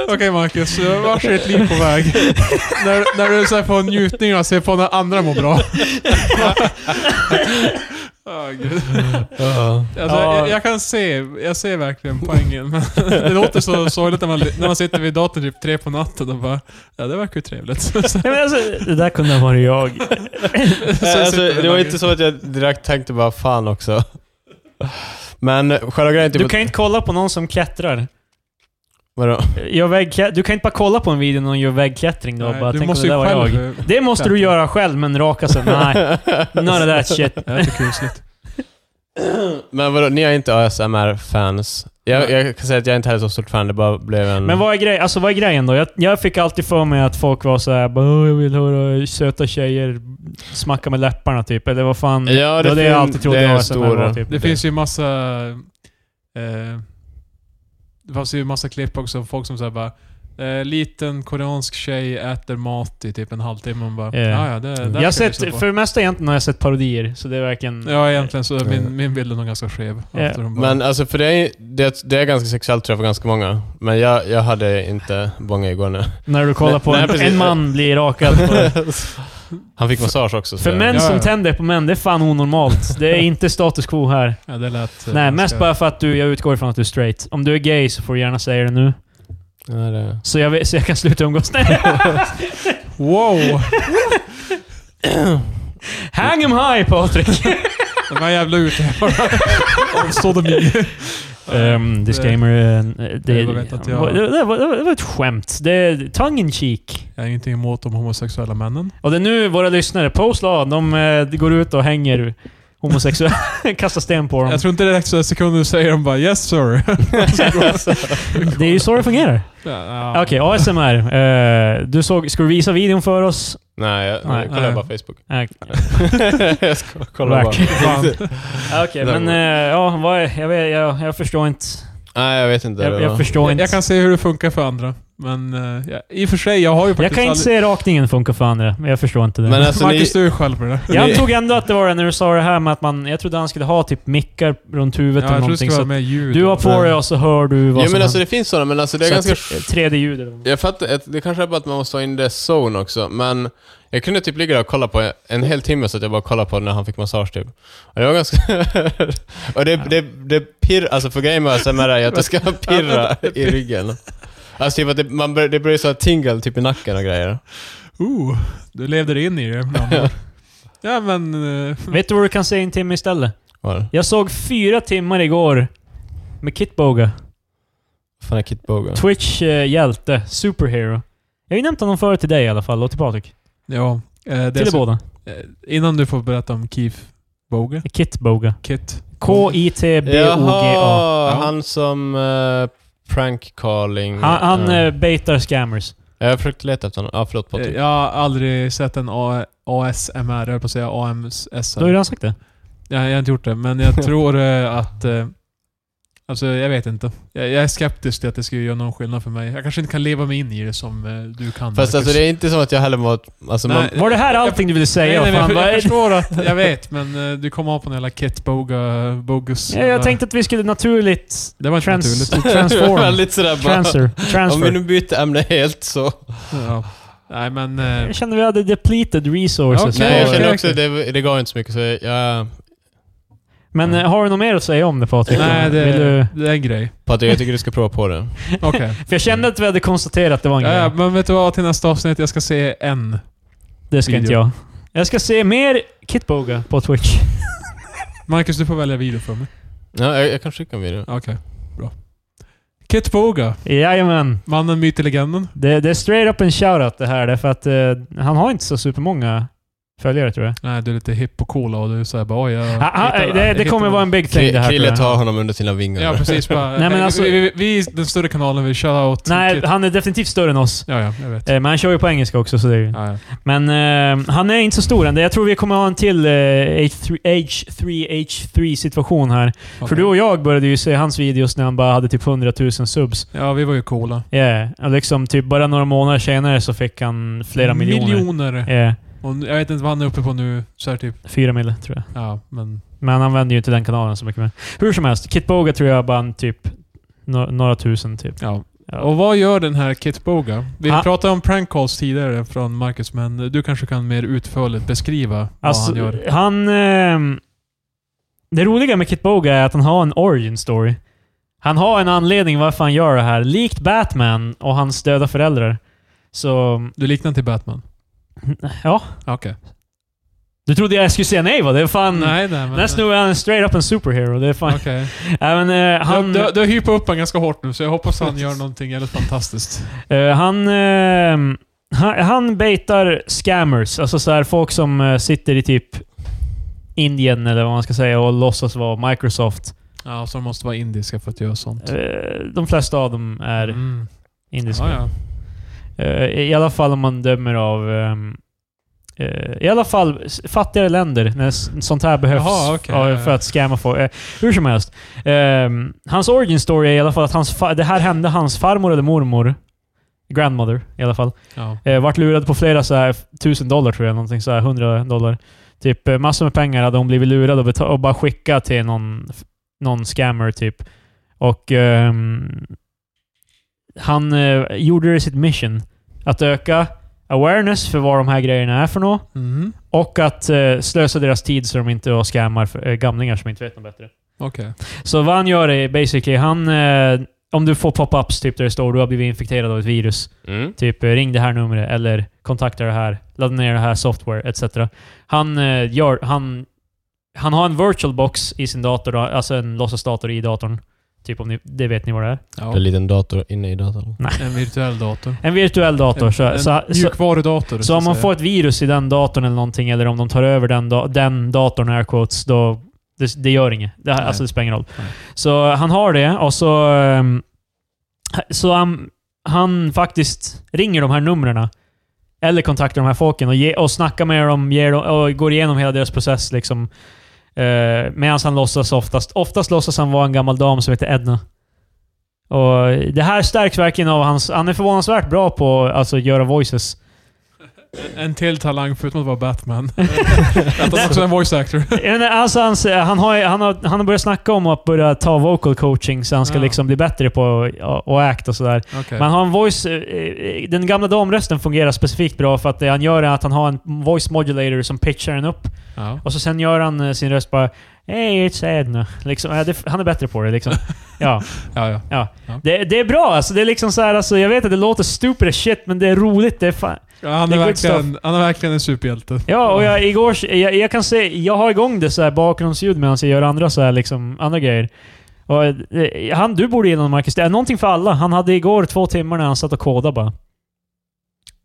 S2: Okej Marcus, vart är ditt liv på väg? när, när du så här får njutningar och ser på när andra mår bra. Ah, gud.
S3: Ja.
S2: Alltså,
S1: Ja.
S2: jag, jag kan se, jag ser verkligen poängen. men det låter så sorgligt när man, när man sitter vid datorn typ tre på natten och bara Ja, det verkar ju trevligt. Så- så-
S1: Nej, men alltså, det där kunde ha varit jag.
S2: så
S3: alltså,
S2: sitter vi
S3: det var
S2: där.
S3: inte så att jag direkt tänkte bara fan också. Men själva grejen är typ...
S1: Du kan ju inte kolla på någon som klättrar.
S3: Vadå?
S1: Gör väggklä- du kan inte bara kolla på en video när någon gör väggklättring då och
S2: Nej,
S1: bara
S2: du
S1: tänka att
S2: måste
S1: det
S2: ju
S1: där var
S2: själv...
S1: jag. Det måste du göra själv, men raka sig. Alltså, Nej, none of that shit.
S2: Det är kusligt.
S3: Men vadå, ni är inte ASMR-fans? Jag, jag kan säga att jag inte heller är så stort fan, det bara blev en...
S1: Men vad är, grej, alltså, vad är grejen då? Jag, jag fick alltid för mig att folk var såhär bara, "Åh, jag vill höra söta tjejer smacka med läpparna typ. Eller vad fan.
S3: Ja,
S1: det var det jag
S3: fin-
S1: alltid trodde
S3: det är en
S1: ASMR var, typ.
S2: Det finns ju massa... Eh, det fanns ju massa klipp också, folk som såhär bara eh, Liten koreansk tjej äter mat i typ en halvtimme och bara
S1: Ja.
S2: "Ah, ja, det, det här
S1: jag har
S2: ska
S1: sett,
S2: lyssna på."
S1: för det mesta egentligen har jag sett parodier, så det är verkligen...
S2: Ja, egentligen så är
S3: Ja.
S2: min, min bild är nog ganska skev.
S1: Ja.
S2: Att de bara-
S3: Men alltså för det är, det, det är ganska sexuellt tror jag för ganska många. Men jag, jag hade inte bånga igår nu.
S1: När du kollar
S3: Nej,
S1: på
S3: nej,
S1: en,
S3: precis.
S1: en man bli rakad. På,
S3: Han fick massage också. så-
S1: för män
S2: Ja,
S1: som
S2: ja.
S1: tänder på män, det är fan onormalt. Det är inte status quo här.
S2: ja, det lät... eh,
S1: Nej, mest
S2: ganska-
S1: bara för att du, jag utgår ifrån att du är straight. Om du är gay så får du gärna säga det nu.
S3: Ja, det...
S1: Så jag, vet- så jag kan sluta umgås. Nej.
S2: Wow!
S1: Hang him high Patrik!
S2: De här jävla uthävarna. Avstå dem i.
S1: um, disclaimer. eh, Det, det,
S2: jag vågar inte att jag-
S1: var- det, det, var- det var ett skämt. Det, tongue in cheek.
S2: Jag har ingenting emot de homosexuella männen.
S1: Och det är nu våra lyssnare, Postlaw, de, eh, går ut och hänger homosexuella. Kastar sten på dem.
S2: Jag tror inte direkt så sekunder du säger de bara yes sir.
S1: Det är ju så det fungerar.
S2: ja,
S1: Okej, ASMR. Eh, du såg, ska du visa videon för oss?
S3: Nej, jag,
S1: Nej.
S3: jag kollar
S2: Nej.
S3: bara Facebook.
S1: Eh,
S3: jag ska kolla bara.
S1: Verkligen.
S2: Fan.
S1: Okej, men eh, ja, vad är, jag, vet, jag, jag förstår inte.
S3: Nej, jag vet inte.
S1: Jag,
S3: det
S1: jag
S3: var-
S1: förstår inte.
S2: Jag kan se hur det funkar för andra. Men eh, ja, i och för sig, jag har ju
S1: Jag
S2: faktiskt
S1: kan inte se rakningen funka för andra, men jag förstår inte det.
S3: Men alltså ni...
S2: Marcus, du är själv med det.
S1: jag antog ändå att det var det när du sa det här med att man... Jag trodde han skulle ha typ mickar runt huvudet
S2: Ja, jag
S1: eller
S2: tror det ska
S1: någonting.
S2: vara
S1: Så att
S2: med ljud.
S1: du har på
S3: Men-
S1: dig och så hör du vad
S3: Jo
S1: som
S3: men alltså
S1: händer.
S3: det finns sådana, men alltså det är
S1: Så
S3: ganska...
S1: att, eh, 3D-ljud eller vad.
S3: Jag fattar, att det kanske är bara att man måste ha in det zone också, men jag kunde typ ligga där och kolla på en hel timme så att jag bara kollade på när han fick massage typ. Och det var ganska... och det, det, det pirr... Alltså för grejen med ASMR är ju att det ska pirra i ryggen. Alltså typ att det, man bör, det blir så här tingle typ i nacken och grejer.
S2: Ooh, du levde dig in i det. med andra ord. Ja, men... eh,
S1: Vet du vad du kan se i en timme istället?
S3: Var det?
S1: Jag såg fyra timmar igår med Kitboga.
S3: Vad fan är Kit Boga?
S1: Twitch-hjälte. eh, superhero. Jag har ju nämnt honom förut till dig i alla fall, och till Patrik.
S2: Ja. eh, det
S1: Till er
S2: som-
S1: båda.
S2: eh, Innan du får berätta om Keith Boge.
S1: Kitboga.
S2: Kit.
S1: K-I-T-B-O-G-A.
S3: Jaha,
S2: Ja.
S3: han som uh, prank calling...
S1: Han, han
S3: Ja.
S1: eh, baitar scammers.
S3: jag försökte leta efter honom. Ja, förlåt
S2: Eh,
S3: Patrik.
S2: Jag har aldrig sett en A- ASMR, jag höll på att säga AMS.
S1: Du har ju redan sagt det.
S2: Jag, jag har inte gjort det, men jag tror eh, att... eh, Alltså, jag vet inte. Jag, jag är skeptisk till att det skulle göra någon skillnad för mig. Jag kanske inte kan leva mig in i det som eh, du kan.
S3: Fast alltså det är inte som att jag heller var... Alltså, man,
S2: Nej,
S1: Var det här
S2: jag-
S1: allting du ville
S2: Nej,
S1: säga?
S2: nej, men
S1: Fan,
S2: jag,
S1: vad
S2: jag,
S1: är det?
S2: förstår att... Jag vet, men eh, du kom av på en jävla Kit Boga, Bogus. eh,
S1: Ja, jag tänkte att vi skulle naturligt
S2: Det var inte
S1: trans,
S2: naturligt.
S3: Det var
S1: transform.
S3: lite sådär bara,
S1: Transfer.
S3: Om vi nu
S1: Transfer.
S3: byter ämne helt så.
S2: Ja. Nej, men... eh,
S1: Jag kände vi hade depleted resources.
S2: Ja,
S3: Nej, jag
S2: okej,
S3: känner
S2: okej.
S3: också att det, det gav inte så mycket så jag...
S1: Men eh, har du något mer att säga om det Patrik?
S2: Nej,
S1: Vill du...
S2: det, det är en grej.
S3: Patrik, jag tycker du ska prova på det.
S2: Okej.
S1: För jag kände att vi hade konstaterat att det var en
S2: Ja,
S1: grej.
S2: ja, men vet du vad? Till nästa avsnitt, jag ska se en.
S1: Det ska
S2: video.
S1: inte jag. Jag ska se mer Kitboga på Twitch.
S2: Marcus, du får välja video för mig.
S3: Ja, jag, jag kan skicka en video.
S2: Okej, bra. Kit Boga,
S1: Jajamän.
S2: mannen, myten, legenden.
S1: Det, det är straight up en shoutout det här, därför att eh, han har inte så supermånga följare tror jag.
S2: Nej, du är lite hipp och cool och du säger bara oj, jag
S1: Ha, ha,
S2: hittar-
S1: Ah, det, det
S2: hittar
S1: kommer
S2: någon."
S1: vara en big thing det
S3: Kri-
S1: här tror
S3: Krille
S1: jag.
S3: tar honom under sina vingar.
S2: Ja, precis. Bara,
S1: Nej, men alltså-
S2: vi, vi, vi är den större kanalen, vi shout out
S1: Nej,
S2: Kit.
S1: han är definitivt större än oss.
S2: Ja, ja, jag vet.
S1: Eh, Men han kör ju på engelska också, så det är ju...
S2: Ja, ja.
S1: Men eh, han är inte så stor än. Jag tror vi kommer ha en till eh, H3, H3, H3 situation här. För
S2: Okej.
S1: du och jag började ju se hans videos när han bara hade typ 100 000 subs.
S2: Ja, vi var ju coola.
S1: Yeah. Och liksom typ bara några månader senare så fick han flera miljoner.
S2: Miljoner.
S1: Yeah.
S2: Och jag vet inte vad han är uppe på nu. Så här typ.
S1: Fyra mil, tror jag.
S2: Ja, men...
S1: Men han använder ju inte den kanalen så mycket mer. Hur som helst, Kit Boga tror jag bara han typ Nå- några tusen typ.
S2: Ja.
S1: Ja. Ah.
S2: Och vad gör den här Kit Boga? Vi
S1: Han-
S2: pratade om prank calls tidigare från Marcus, men du kanske kan mer utförligt beskriva
S1: Alltså,
S2: vad han gör.
S1: han... ehm, det roliga med Kit Boga är att han har en origin story. Han har en anledning varför han gör det här. Likt Batman och hans döda föräldrar. Så...
S2: Du liknar till Batman?
S1: Ja.
S2: Ja, Okej.
S1: Du trodde jag skulle säga nej va? Det är fan...
S2: Nej, nej men...
S1: Den här snubben är straight up en superhero. Det är fan...
S2: Okej.
S1: Nej, men, eh, han...
S2: Du, du, du har hypat upp honom ganska hårt nu, så jag hoppas han gör någonting jävligt fantastiskt.
S1: Eh, han, ehm, han, han baitar scammers, alltså så här, folk som eh, sitter i typ Indien eller vad man ska säga och låtsas vara Microsoft.
S2: Ja, så de måste vara indiska för att göra sånt.
S1: Eh, de flesta av dem är
S2: Mm.
S1: indiska.
S2: Ja, ja.
S1: Eh, I alla fall om man dömer av... ehm, eh, I alla fall s- fattigare länder, när s- sånt här behövs
S2: Jaha, okej.
S1: ja, för att scamma folk. Eh, Hur som helst. Ehm, hans origin story är i alla fall att hans fa- det här hände hans farmor eller mormor. Grandmother i alla fall.
S2: ja.
S1: Eh, vart lurad på flera så här tusen dollar tror jag, någonting så här 100 dollar. Typ eh, massor med pengar hade hon blivit lurad och, beta- och bara skickat till någon, någon scammer typ. Och ehm, han eh, gjorde det sitt mission. Att öka awareness för vad de här grejerna är för något.
S2: Mm.
S1: Och att eh, slösa deras tid så de inte var scammar för, eh, gamlingar som inte vet något bättre.
S2: Okej.
S1: Så vad han gör är basically, han... Eh, om du får pop-ups typ där det står du har blivit infekterad av ett virus.
S3: Mm.
S1: Typ eh, ring det här numret eller kontakta det här, ladda ner det här software etc. Han, eh, gör, han, han har en virtual box i sin dator, då, alltså en låtsasdator i datorn. Typ om ni, det vet ni vad det är.
S2: Ja.
S3: En liten dator inne i datorn.
S2: En virtuell dator.
S1: En virtuell dator. så,
S2: en,
S1: så,
S2: en
S1: så,
S2: mjukvarudator.
S1: så om man får ett virus i den datorn eller någonting, eller om de tar över den, da- den datorn, air quotes, då... Det, det gör inget. Det,
S2: Nej.
S1: alltså, det spelar ingen roll.
S2: Nej.
S1: Så eh, han har det och så... ehm, Så han, han faktiskt ringer de här numren. Eller kontaktar de här folken och, ge, och snackar med dem, ger dem och går igenom hela deras process. Liksom. Eh, Medan han låtsas oftast... Oftast låtsas han vara en gammal dam som heter Edna. Och det här stärks verkligen av hans... Han är förvånansvärt bra på att alltså, göra voices.
S2: En till talang förutom att vara Batman. att han också är en voice actor.
S1: Ja, men Alltså han, säger- han, har, ju- han, har, han har börjat snacka om att börja ta vocal coaching så han ska
S2: Ja.
S1: liksom bli bättre på att- att act och sådär.
S2: Okej.
S1: Men han har en voice... eh, eh, Den gamla damrösten fungerar specifikt bra för att det han gör är att han har en voice modulator som pitchar den upp.
S2: Ja.
S1: Och så sen gör han eh, sin röst bara Hey, it's Edna. Liksom, ja, det, han är bättre på det liksom. Ja.
S2: Ja, ja.
S1: Det, det är bra alltså. Det är liksom så här, alltså, jag vet att det låter stupid as shit, men det är roligt. Det är fan...
S2: Ja, Han
S1: Det
S2: är,
S1: är good
S2: verkligen, han är verkligen en superhjälte.
S1: Ja, och jag, igår, jag, jag kan se, jag har igång det så här bakgrundsljud medan jag gör andra så här liksom, andra grejer. Och, eh, han, du borde ge någon Marcus. Det är någonting för alla. Han hade igår två timmar när han satt och kodade bara.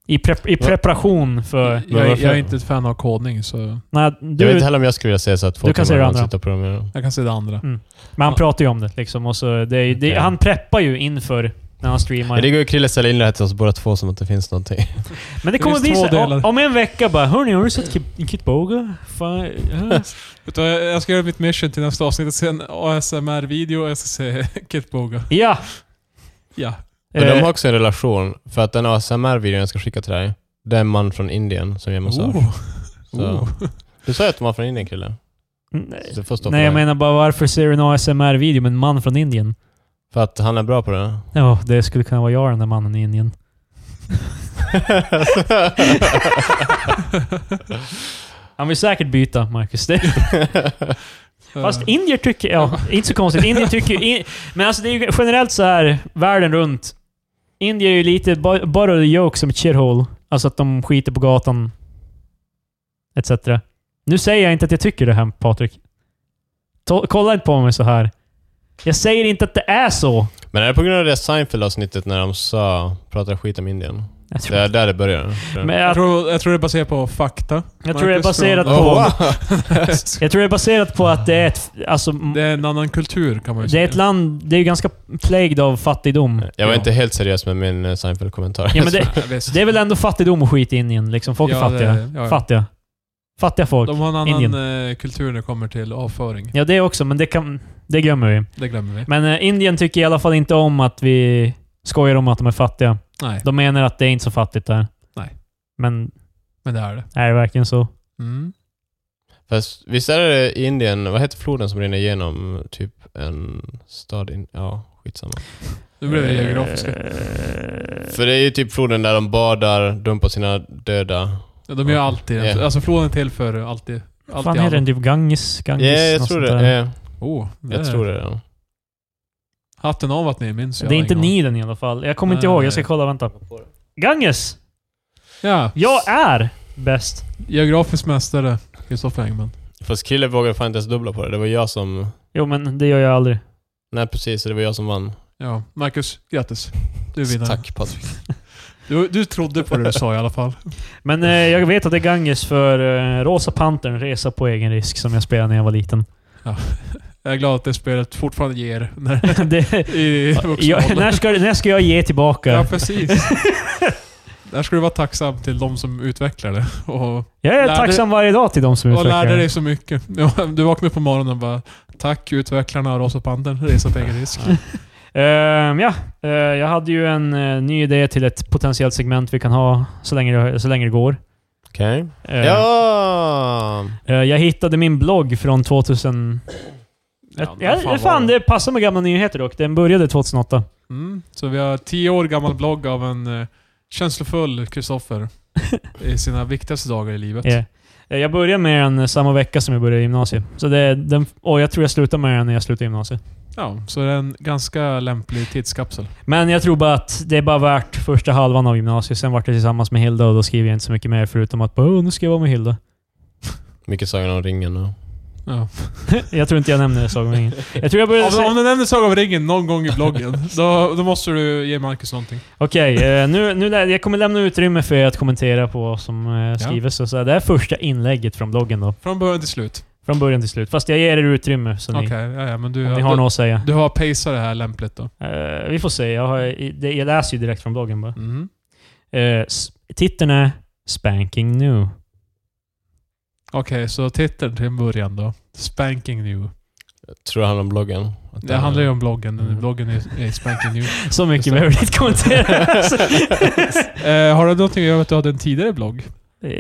S1: I, prep, i
S3: Va?
S1: preparation för...
S2: jag, jag
S3: varför-
S2: är inte ett fan av kodning, så
S1: Nej,
S3: Jag vet
S1: du,
S3: inte heller om jag skulle vilja säga så att
S1: Du
S3: folk
S1: kan säga det andra.
S3: sitta på dem. Ja.
S2: jag kan se det andra.
S1: men han pratar ju om det liksom. Och så det, är- det,
S3: Okej.
S1: Han preppar ju inför när han
S3: Men
S1: streamar.
S3: det går ju Krille att sälja in det här till oss båda två som att det finns någonting.
S1: Men det
S2: det
S1: kommer
S2: finns
S1: bli
S2: två
S1: så, om,
S2: delar.
S1: om en vecka bara Hörni, har du sett Kit, Kit Boga? Fan, ja.
S2: Vet du vad, Jag jag ska göra mitt mission till nästa avsnitt. Jag ska se en ASMR-video och jag ska se Kit Boga.
S1: ja.
S2: Ja.
S3: Men de
S1: Eh,
S3: har också en relation, för att den ASMR-videon jag ska skicka till dig, det är en man från Indien som ger massage.
S2: Oh.
S3: Så.
S2: Oh.
S3: Du sa ju att de var från Indien Krille.
S1: nej.
S3: Det får stå
S1: Nej,
S3: för
S1: jag
S3: dig.
S1: menar bara varför ser du en ASMR-video med en man från Indien?
S3: För att han är bra på det.
S1: Ja, det skulle kunna vara jag den där mannen i Indien. Han vill säkert byta, Marcus. Det, fast indier tycker... Ja, inte så konstigt. Indier tycker in, Men alltså det är ju generellt så här världen runt. Indier är ju lite bu- butt of the joke som ett shithole. Alltså att de skiter på gatan. Etc. Nu säger jag inte att jag tycker det här, Patrik. To- kolla inte på mig så här. Jag säger inte att det är så.
S3: Men är det på grund av det Seinfeld-avsnittet när de sa, pratade skit om Indien?
S1: Jag tror,
S3: Det är där det börjar. tror jag.
S1: men
S2: jag,
S1: jag,
S2: tror, jag tror det är baserat på fakta.
S1: jag tror det är
S2: Marcus
S1: baserat
S2: från-
S3: Oh,
S1: på...
S3: wow.
S1: Jag tror det är baserat på att det är ett... Alltså,
S2: Det är en annan kultur kan man ju
S1: det
S2: säga.
S1: är ett land... Det är ju ganska plagued av fattigdom.
S3: Jag var
S2: Ja.
S3: inte helt seriös med min eh, Seinfeld-kommentar.
S1: Ja, men det,
S2: Ja, visst.
S1: det är väl ändå fattigdom och skit i Indien liksom. Folk är
S2: Ja, det-
S1: fattiga.
S2: ja, ja.
S1: Fattiga. Fattiga folk.
S2: De har en annan
S1: Indien.
S2: eh, kultur när det kommer till avföring.
S1: Ja, det också, men det kan... Det glömmer vi.
S2: Det glömmer vi.
S1: Men eh, Indien tycker i alla fall inte om att vi skojar om att de är fattiga.
S2: Nej,
S1: De menar att det är inte så fattigt där.
S2: Nej.
S1: Men
S2: men det är det.
S1: är det verkligen så?
S2: Mm.
S3: Fast visst är det i Indien, vad heter floden som rinner igenom typ en stad? In, ja, skitsamma.
S2: Nu blev vi geografiska.
S1: Eh,
S3: För det är ju typ floden där de badar, dumpar sina döda.
S2: Ja, de gör alltid
S3: Ja.
S2: Alltså floden är till för alltid.
S1: Vad
S2: Alltid
S1: fan är
S2: alla.
S1: den? Typ Ganges?
S3: Ja,
S1: Ganges?
S3: jag
S1: något
S3: tror
S1: sånt
S3: det.
S1: där.
S3: Ja,
S2: Oh, det
S3: jag
S2: är-
S3: tror det. Ja.
S2: Hatten av att ni minns. jag
S1: Det är inte
S2: en gång.
S1: Nilen i alla fall. Jag kommer inte
S2: Nej.
S1: ihåg. Jag ska kolla. Vänta. Ganges!
S2: Ja.
S1: Jag är bäst.
S2: Geografisk mästare, Kristoffer Engman.
S3: Fast Krille vågade fan inte ens dubbla på det. Det var jag som...
S1: Jo, men det gör jag aldrig.
S3: Nej precis, så det var jag som vann.
S2: Ja, Marcus, grattis. Du är vinnare.
S3: Tack Patrik.
S2: Du, du trodde på det du sa i alla fall.
S1: Men eh, jag vet att det är Ganges för eh, Rosa Pantern, Resa på egen risk, som jag spelade när jag var liten.
S2: Jag är glad att det spelet fortfarande ger när,
S1: det,
S2: i vuxen
S1: jag,
S2: ålder.
S1: när, ska, när ska jag ge tillbaka?
S2: Ja, precis. Där ska du vara tacksam till de som utvecklar det. Och,
S1: jag är
S2: lärde-
S1: tacksam varje dag till de som
S2: och lärde
S1: utvecklar
S2: dig
S1: det.
S2: så mycket. Ja, Du vaknade på morgonen och bara Tack utvecklarna av Rosa Pantern, Resa på egen risk.
S1: Ehm, ja, Eh, jag hade ju en eh, ny idé till ett potentiellt segment vi kan ha så länge det, så länge det går.
S3: Okej.
S1: Eh,
S3: Ja!
S1: eh, jag hittade min blogg från 2000...
S2: Ja,
S1: Ja,
S2: vad
S1: fan,
S2: var det?
S1: det passar med gamla nyheter dock. Den började 2008.
S2: Mm, så vi har tio år gammal blogg av en eh, känslofull Kristoffer i sina viktigaste dagar i livet.
S1: Ja. Eh, Jag började med den eh, samma vecka som jag började gymnasiet. Så det, den, och jag tror jag slutar med den när jag slutar gymnasiet.
S2: Ja, så det är en ganska lämplig tidskapsel.
S1: Men jag tror bara att det är bara värt första halvan av gymnasiet. Sen vart jag tillsammans med Hilda och då skriver jag inte så mycket mer förutom att bara, "Åh, nu ska jag vara med Hilda.
S3: Mycket Sagan om ringen och...
S2: Ja.
S1: jag tror inte jag nämner det Sagan om ringen. Jag tror jag började
S2: Om,
S1: se-
S2: om du nämner Sagan om ringen någon gång i bloggen, då, då måste du ge Marcus någonting.
S1: Okej, eh, nu, nu, lä- jag kommer lämna utrymme för er att kommentera på vad som eh, skrivs. och Så det här är första inlägget från bloggen då.
S2: Från början till slut.
S1: Från början till slut. Fast jag ger er utrymme så
S2: Okej,
S1: ni,
S2: ja, ja, men du,
S1: om ni
S2: du,
S1: har något att säga.
S2: du har paceat det här lämpligt då.
S1: Eh, vi får se. Jag, har, i- det, jag läser ju direkt från bloggen bara.
S2: Mm.
S1: Eh, s- titeln är Spanking New.
S2: Okej, så titeln till en början då. Spanking new.
S3: Jag tror det handlar om bloggen. Att
S2: Det
S3: den-
S2: handlar ju om bloggen.
S1: Mm.
S2: Bloggen är, är spanking new.
S1: Så mycket behöver ni inte kommentera. alltså.
S2: eh, har du någonting att göra med att du hade en tidigare blogg?
S1: Eh,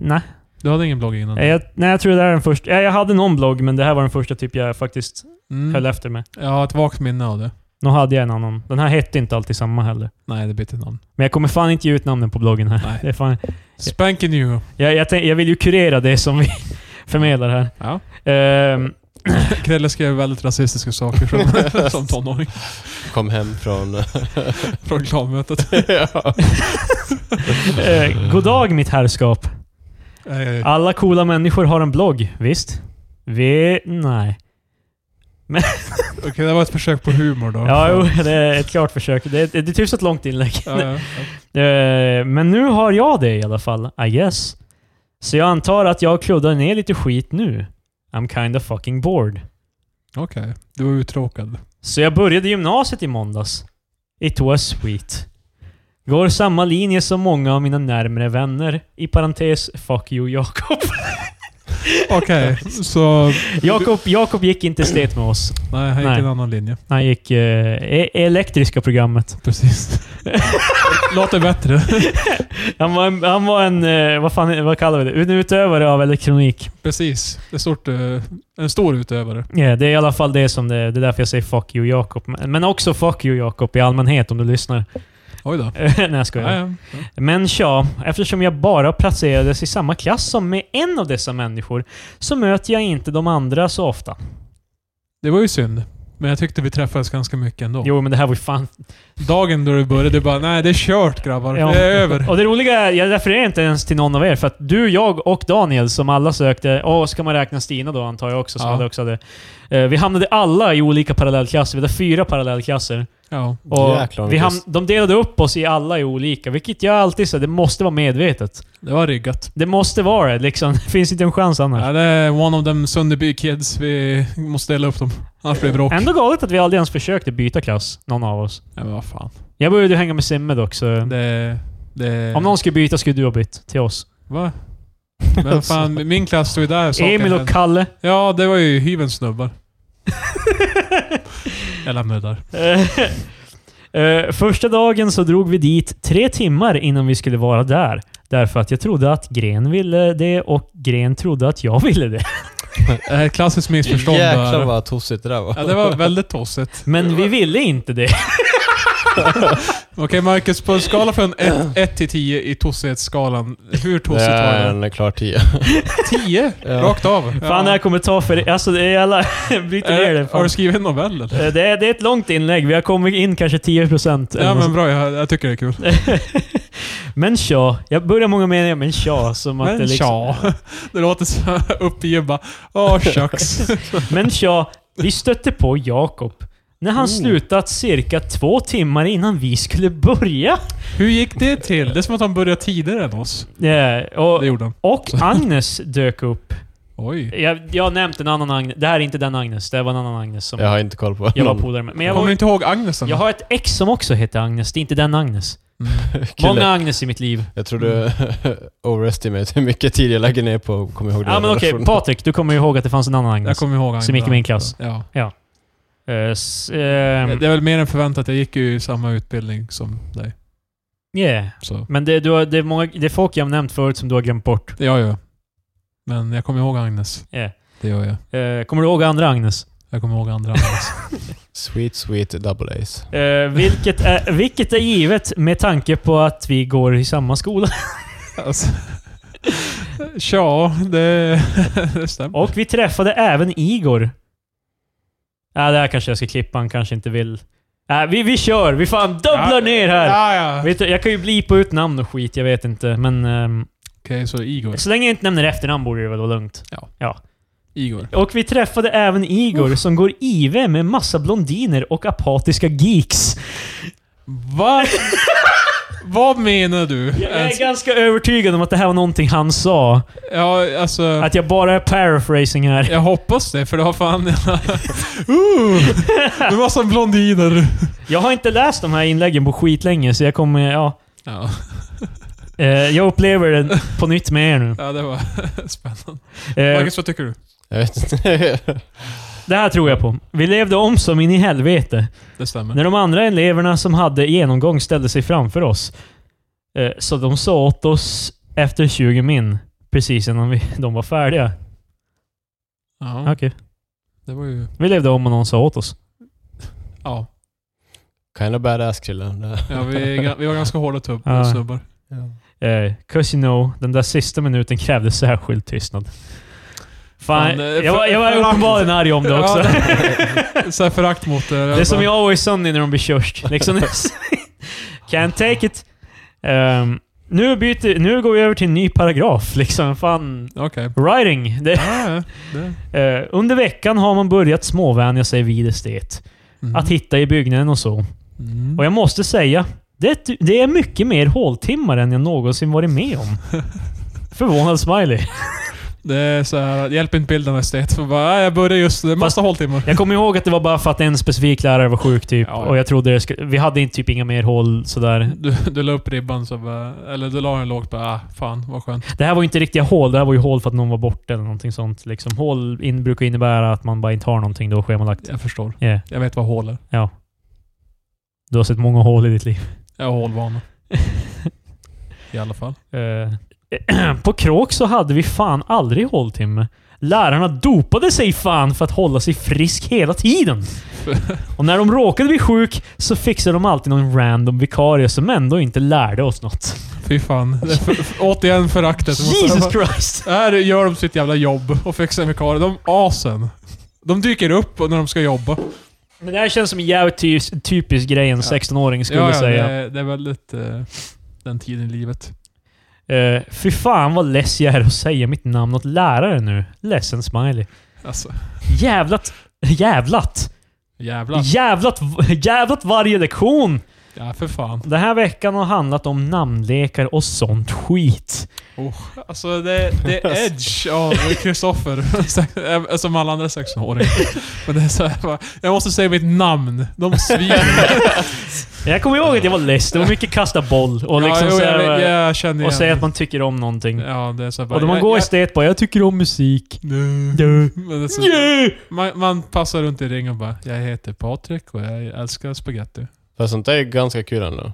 S1: nej.
S2: Du hade ingen blogg innan?
S1: Eh, Jag, nej, jag tror det här är den första. Ja, jag hade någon blogg, men det här var den första typ jag faktiskt
S2: Mm.
S1: höll efter med.
S2: Jag har ett vagt minne av det.
S1: Nu hade jag en annan. Den här hette inte alltid samma heller.
S2: Nej, det bytte namn.
S1: Men jag kommer fan inte ge ut namnen på bloggen här.
S2: Nej.
S1: Det är fan,
S2: Spanking new.
S1: jag, jag, tänk, jag vill ju kurera det som vi förmedlar här.
S2: Ja.
S1: Ehm,
S2: Krille skrev väldigt rasistiska saker som, som tonåring.
S3: Kom hem från...
S2: Från klanmötet.
S3: ja.
S1: eh, god dag mitt herrskap.
S2: Eh,
S1: Alla coola människor har en blogg, visst? Vi... Nej.
S2: Okej, det var ett försök på humor då.
S1: Ja, jo, det är ett klart försök. Det är, det är typ så ett långt inlägg.
S2: Ja, ja, ja.
S1: Eh, men nu har jag det i alla fall, I guess. Så jag antar att jag kluddar ner lite skit nu. I'm kinda fucking bored.
S2: Okej, du var uttråkad.
S1: Så jag började gymnasiet i måndags. It was sweet. Går samma linje som många av mina närmre vänner. I parentes, fuck you Jakob.
S2: Okej, så...
S1: Jakob, Jakob gick inte estet med oss.
S2: Nej, han gick
S1: Nej.
S2: en annan linje.
S1: Han gick eh, e- elektriska programmet.
S2: Precis. Låter bättre.
S1: Han var en, han var en eh, vad, fan, vad kallar vi det? En utövare av elektronik.
S2: Precis. Det är stort, eh, en stor utövare.
S1: Ja, det är i alla fall det som det, det är därför jag säger fuck you Jakob. Men men också fuck you Jakob i allmänhet om du lyssnar.
S2: Oj då.
S1: Nej jag skojar.
S2: Ja, ja.
S1: Men tja, eftersom jag bara placerades i samma klass som med en av dessa människor så möter jag inte de andra så
S2: Oh.
S1: ofta.
S2: Det var ju synd. Men jag tyckte vi träffades ganska mycket ändå.
S1: Jo, men det här var ju fan...
S2: Dagen då du började, du bara nej det är kört grabbar.
S1: Ja.
S2: Det är över.
S1: Och det roliga är, jag refererar inte ens till någon av er, för att du, jag och Daniel som alla sökte, och ska man räkna Stina då antar jag också, som
S2: Ja.
S1: hade också det. Eh, Vi hamnade alla i olika parallellklasser, vi hade fyra parallellklasser.
S2: Ja.
S1: Och
S3: Jäklar, vad
S1: vi
S3: mycket
S1: ham- de delade upp oss i alla i olika, vilket jag alltid säger, det måste vara medvetet.
S2: Det var riggat.
S1: Det måste vara det, liksom. Det finns inte en chans annars.
S2: Ja, det är one of them Sunderby kids. Vi måste dela upp dem. Annars blir det bråk.
S1: Ändå galet att vi aldrig ens försökte byta klass, någon av oss.
S2: Ja, men vad fan.
S1: Jag började ju hänga med Simme dock, så...
S2: Det... det
S1: Om någon skulle byta skulle du ha bytt till oss.
S2: Va? Men fan, min klass stod ju där. saken
S1: Emil och
S2: hände.
S1: Kalle.
S2: Ja, det var ju hyvens snubbar. Jag lämnar det där.
S1: Eh, eh, Första dagen så drog vi dit tre timmar innan vi skulle vara där. Därför att jag trodde att Gren ville det och Gren trodde att jag ville det.
S2: Ett klassiskt missförstånd
S4: Jäklar
S2: där.
S4: vad tossigt det där var.
S2: Ja, det var väldigt tossigt.
S1: Men vi ville inte det.
S2: Okej Marcus, på en skala från 1 till 10 i tossighetsskalan, hur
S3: Det
S2: tossigt var
S3: är
S2: det?
S3: en klar 10.
S2: 10?
S4: Ja.
S2: Rakt av?
S1: Fan, det här kommer ta för... Alltså, det är jävla... Bryter ner det.
S2: Är, Eh, har
S1: Fan.
S2: du skrivit en novell eller?
S1: Eh, Det är, det är ett långt inlägg. Vi har kommit in kanske 10%. eller
S2: Ja
S1: något
S2: men bra, jag, jag tycker det är kul.
S1: Men tja. Jag börjar många meningar men tja. Som att det
S2: Men
S1: liksom,
S2: tja. Det låter så uppgiven bara. Åh shucks.
S1: Men tja, vi stötte på Jakob. När
S2: Oh.
S1: han slutat cirka två timmar innan vi skulle börja.
S2: Hur gick det till? Det är som att han började tidigare än oss.
S1: Eh,
S2: Det
S1: och,
S2: gjorde han.
S1: och Agnes dök upp.
S2: Oj.
S1: Jag, jag har nämnt en annan Agnes. Det här är inte den Agnes. Det var en annan Agnes som
S3: Jag har inte koll på
S1: jag var
S3: någon
S1: polare med. Men jag,
S2: Kommer du
S1: var,
S2: inte ihåg Agnes Mm. än?
S1: jag har ett ex som också heter Agnes. Det är inte den Agnes.
S3: kille.
S1: Många Agnes i mitt liv.
S3: Jag tror du overestimate hur mycket tid jag lägger ner på att komma ihåg
S1: Ja men okej,
S3: relationen.
S1: Patrik. Du kommer ju ihåg att det fanns en annan
S2: Jag
S1: Agnes.
S2: kommer ihåg Agnes.
S1: Som gick i min klass.
S2: Ja.
S1: Eh, s- ehm,
S2: Det är väl mer än förväntat. Jag gick ju i samma utbildning som dig.
S1: yeah.
S2: Så.
S1: Men det, du har, det, är många, det är folk jag har nämnt förut som du har glömt bort.
S2: Det gör jag. Men jag kommer ihåg Agnes.
S1: Ja.
S2: Det gör jag.
S1: Eh, kommer du ihåg andra Agnes?
S2: Jag kommer ihåg andra Agnes.
S3: Sweet, sweet double A's.
S1: Eh, vilket, är, vilket är givet med tanke på att vi går i samma skola.
S2: alltså. Tja, det, det stämmer.
S1: Och vi träffade även Igor. Äh, det här kanske jag ska klippa, han kanske inte vill. Äh, vi, vi kör! Vi fan dubblar
S2: Ja.
S1: ner här!
S2: Ja, ja. Okej,
S1: Vet du, jag kan ju blipa ut namn och skit, jag vet inte. Men ehm,
S2: så Igor.
S1: så länge jag inte nämner efternamn borde det väl vara lugnt.
S2: Igor.
S1: Och vi träffade även Igor som går IV med massa blondiner och apatiska geeks.
S2: Va? Vad menar du? Alltså,
S1: Jag är ganska övertygad om att det här var någonting han sa.
S2: Ja, alltså...
S1: Att jag bara är paraphrasing här.
S2: Jag hoppas det, för det har fan... uh, det var som blondiner.
S1: Jag har inte läst de här inläggen på skitlänge, så jag kommer... Ja,
S2: Ja,
S1: eh, jag upplever det på nytt med er nu.
S2: ja det var spännande.
S1: Eh,
S2: Marcus, vad tycker du?
S3: Jag vet inte.
S1: det här tror jag på. Vi levde om som in i helvete.
S2: Det stämmer.
S1: När de andra eleverna som hade genomgång ställde sig framför oss. Eh, så de sa åt oss efter 20 min, precis innan vi, de var färdiga.
S2: Ja,
S1: Okej.
S2: det var ju...
S1: Vi levde om och någon sa åt oss.
S2: Ja,
S3: kind of badass killen.
S2: ja vi, är ga- vi var ganska hårda tubb,
S1: Ja.
S2: snubbar.
S1: Eh, 'Cause you know, den där sista minuten krävde särskild tystnad. Fan,
S2: Fan, eh,
S1: jag, var- jag var
S2: för- för-
S1: uppenbarligen arg om det också.
S2: Så här förakt mot eh, det.
S1: Det är som jag Always Sunny när de blir körsk. Liksom, can't take it. Ehm, nu, byter, nu går vi över till en ny paragraf. Liksom, fan.
S2: Okej.
S1: Writing. Det,
S2: Ja, ja, det-
S1: eh, under veckan har man börjat småvänja sig vid estet.
S2: Mm.
S1: Att hitta i byggnaden och så.
S2: Mm.
S1: Och jag måste säga, det, det är mycket mer håltimmar än jag någonsin varit med om. Förvånad smiley.
S2: Det är så här, hjälp inte bilden av estet. För bara, "Ja, jag började just det. Massa håltimmar.
S1: Jag kommer ihåg att det var bara för att en specifik lärare var sjuk typ.
S2: Ja, ja.
S1: Och jag trodde det skulle, Vi hade typ inga mer hål sådär.
S2: Du, du la upp ribban så bara, Eller du la den lågt bara, ah, fan vad skönt.
S1: Det här var ju inte riktiga hål, det här var ju hål för att någon var borta eller någonting sånt. Liksom, hål in, brukar innebära att man bara inte har någonting då schemalagt.
S2: Jag förstår.
S1: Yeah.
S2: Jag vet vad hål är.
S1: Du har sett många hål i ditt liv.
S2: Jag har hålvana. I alla fall.
S1: Eh, På kråk så hade vi fan aldrig håltimme. Lärarna dopade sig fan för att hålla sig frisk hela tiden. Och när de råkade bli sjuk så fixade de alltid någon random vikarie som ändå inte lärde oss något.
S2: Fy fan. Det är för, för, återigen föraktet. Jag måste-
S1: Jesus Christ!
S2: Här gör de sitt jävla jobb och fixar en vikarie. De asen. De dyker upp när de ska jobba.
S1: Men det här känns som en jävligt ty- typisk grej en 16-åring skulle säga.
S2: Det, det är väldigt eh, den tiden i livet.
S1: Uh, fy fan vad less jag är att säga mitt namn åt lärare nu. Ledsen smiley.
S2: Alltså,
S1: Jävlat. Jävlat.
S2: jävlar.
S1: Jävlat. Jävlat varje lektion.
S2: Ja, för fan.
S1: Den här veckan har handlat om namnlekar och sånt skit.
S2: Alltså, det, det är edge av Kristoffer. Som alla andra 16-åringar. Men det är så här, bara, jag måste säga mitt namn. De sviner.
S1: Jag kommer ihåg att jag var less. Det var mycket kasta boll och, liksom
S2: ja,
S1: så
S2: jo,
S1: här, eh,
S2: jag, jag känner
S1: och
S2: igen
S1: säga
S2: det.
S1: att man tycker om någonting.
S2: Ja, det är så här bara,
S1: Och då man
S2: jag-
S1: går
S2: jag-
S1: estet bara “Jag tycker om musik”. Du.
S2: Men det är så-
S1: Yeah.
S2: Man, man passar runt i ring och bara, jag heter Patrik och jag älskar spaghetti.
S3: Fast sånt där är ganska kul ändå.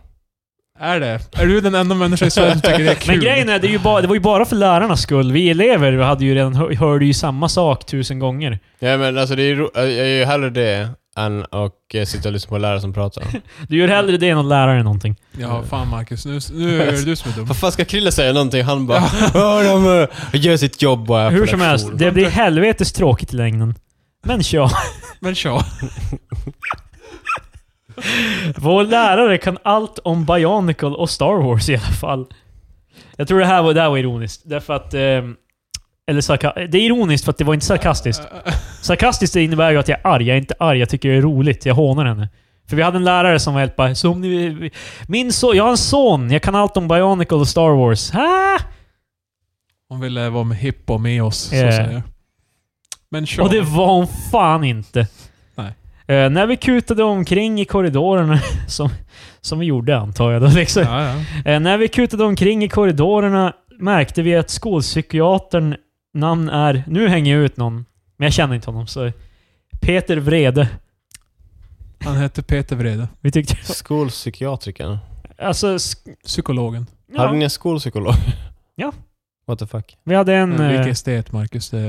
S2: Är det? Är du den enda människan i Sverige som tycker det är kul?
S1: Men grejen är, det, är ju bara, det var ju bara för lärarnas skull. Vi elever hade ju redan, hör- hörde ju samma sak tusen gånger.
S3: Ja, men alltså det är ju, ro- jag är ju hellre det än att eh, sitta och lyssna på lärare som pratar.
S1: Du gör hellre det än att lära dig någonting.
S2: Ja, fan Marcus. Nu, nu är det du som är dum.
S3: Vad fan ska Krille säga någonting? Han bara "Ja, de, eh, gör sitt jobb och är på
S1: Hur som
S3: lektion."
S1: helst, det blir helvetes tråkigt i längden. Men tja,
S2: Men tja.
S1: vår lärare kan allt om Bionicle och Star Wars i alla fall. Jag tror det här var, det här var ironiskt. Därför att... ehm, eller sarka- Det är ironiskt för att det var inte sarkastiskt. Sarkastiskt det innebär ju att jag är arg. Jag är inte arg, jag tycker det är roligt. Jag hånar henne. För vi hade en lärare som var helt bara, så om ni, min son, Jag har en son, jag kan allt om Bionicle och Star Wars. Ah!
S2: Hon ville vara med hipp och med oss, så
S1: Ja.
S2: att säga. Men tja.
S1: Eh. Och det var hon fan inte.
S2: Nej.
S1: Eh, när vi kutade omkring i korridorerna, som, som vi gjorde antar jag då, liksom.
S2: Ja, ja.
S1: Eh, när vi kutade omkring i korridorerna märkte vi att skolpsykiatern namn är... Nu hänger jag ut någon, men jag känner inte honom. Så Peter Vrede.
S2: Han hette Peter Vrede.
S1: Vi tyckte...
S3: Skolpsykiatrikern.
S1: Alltså... sk-
S2: Psykologen.
S3: Hade
S1: Ja,
S3: ni en skolpsykolog?
S1: Ja.
S3: What the fuck?
S1: vi hade en...
S2: Mm,
S1: eh,
S2: Vilken estet, Marcus. Det...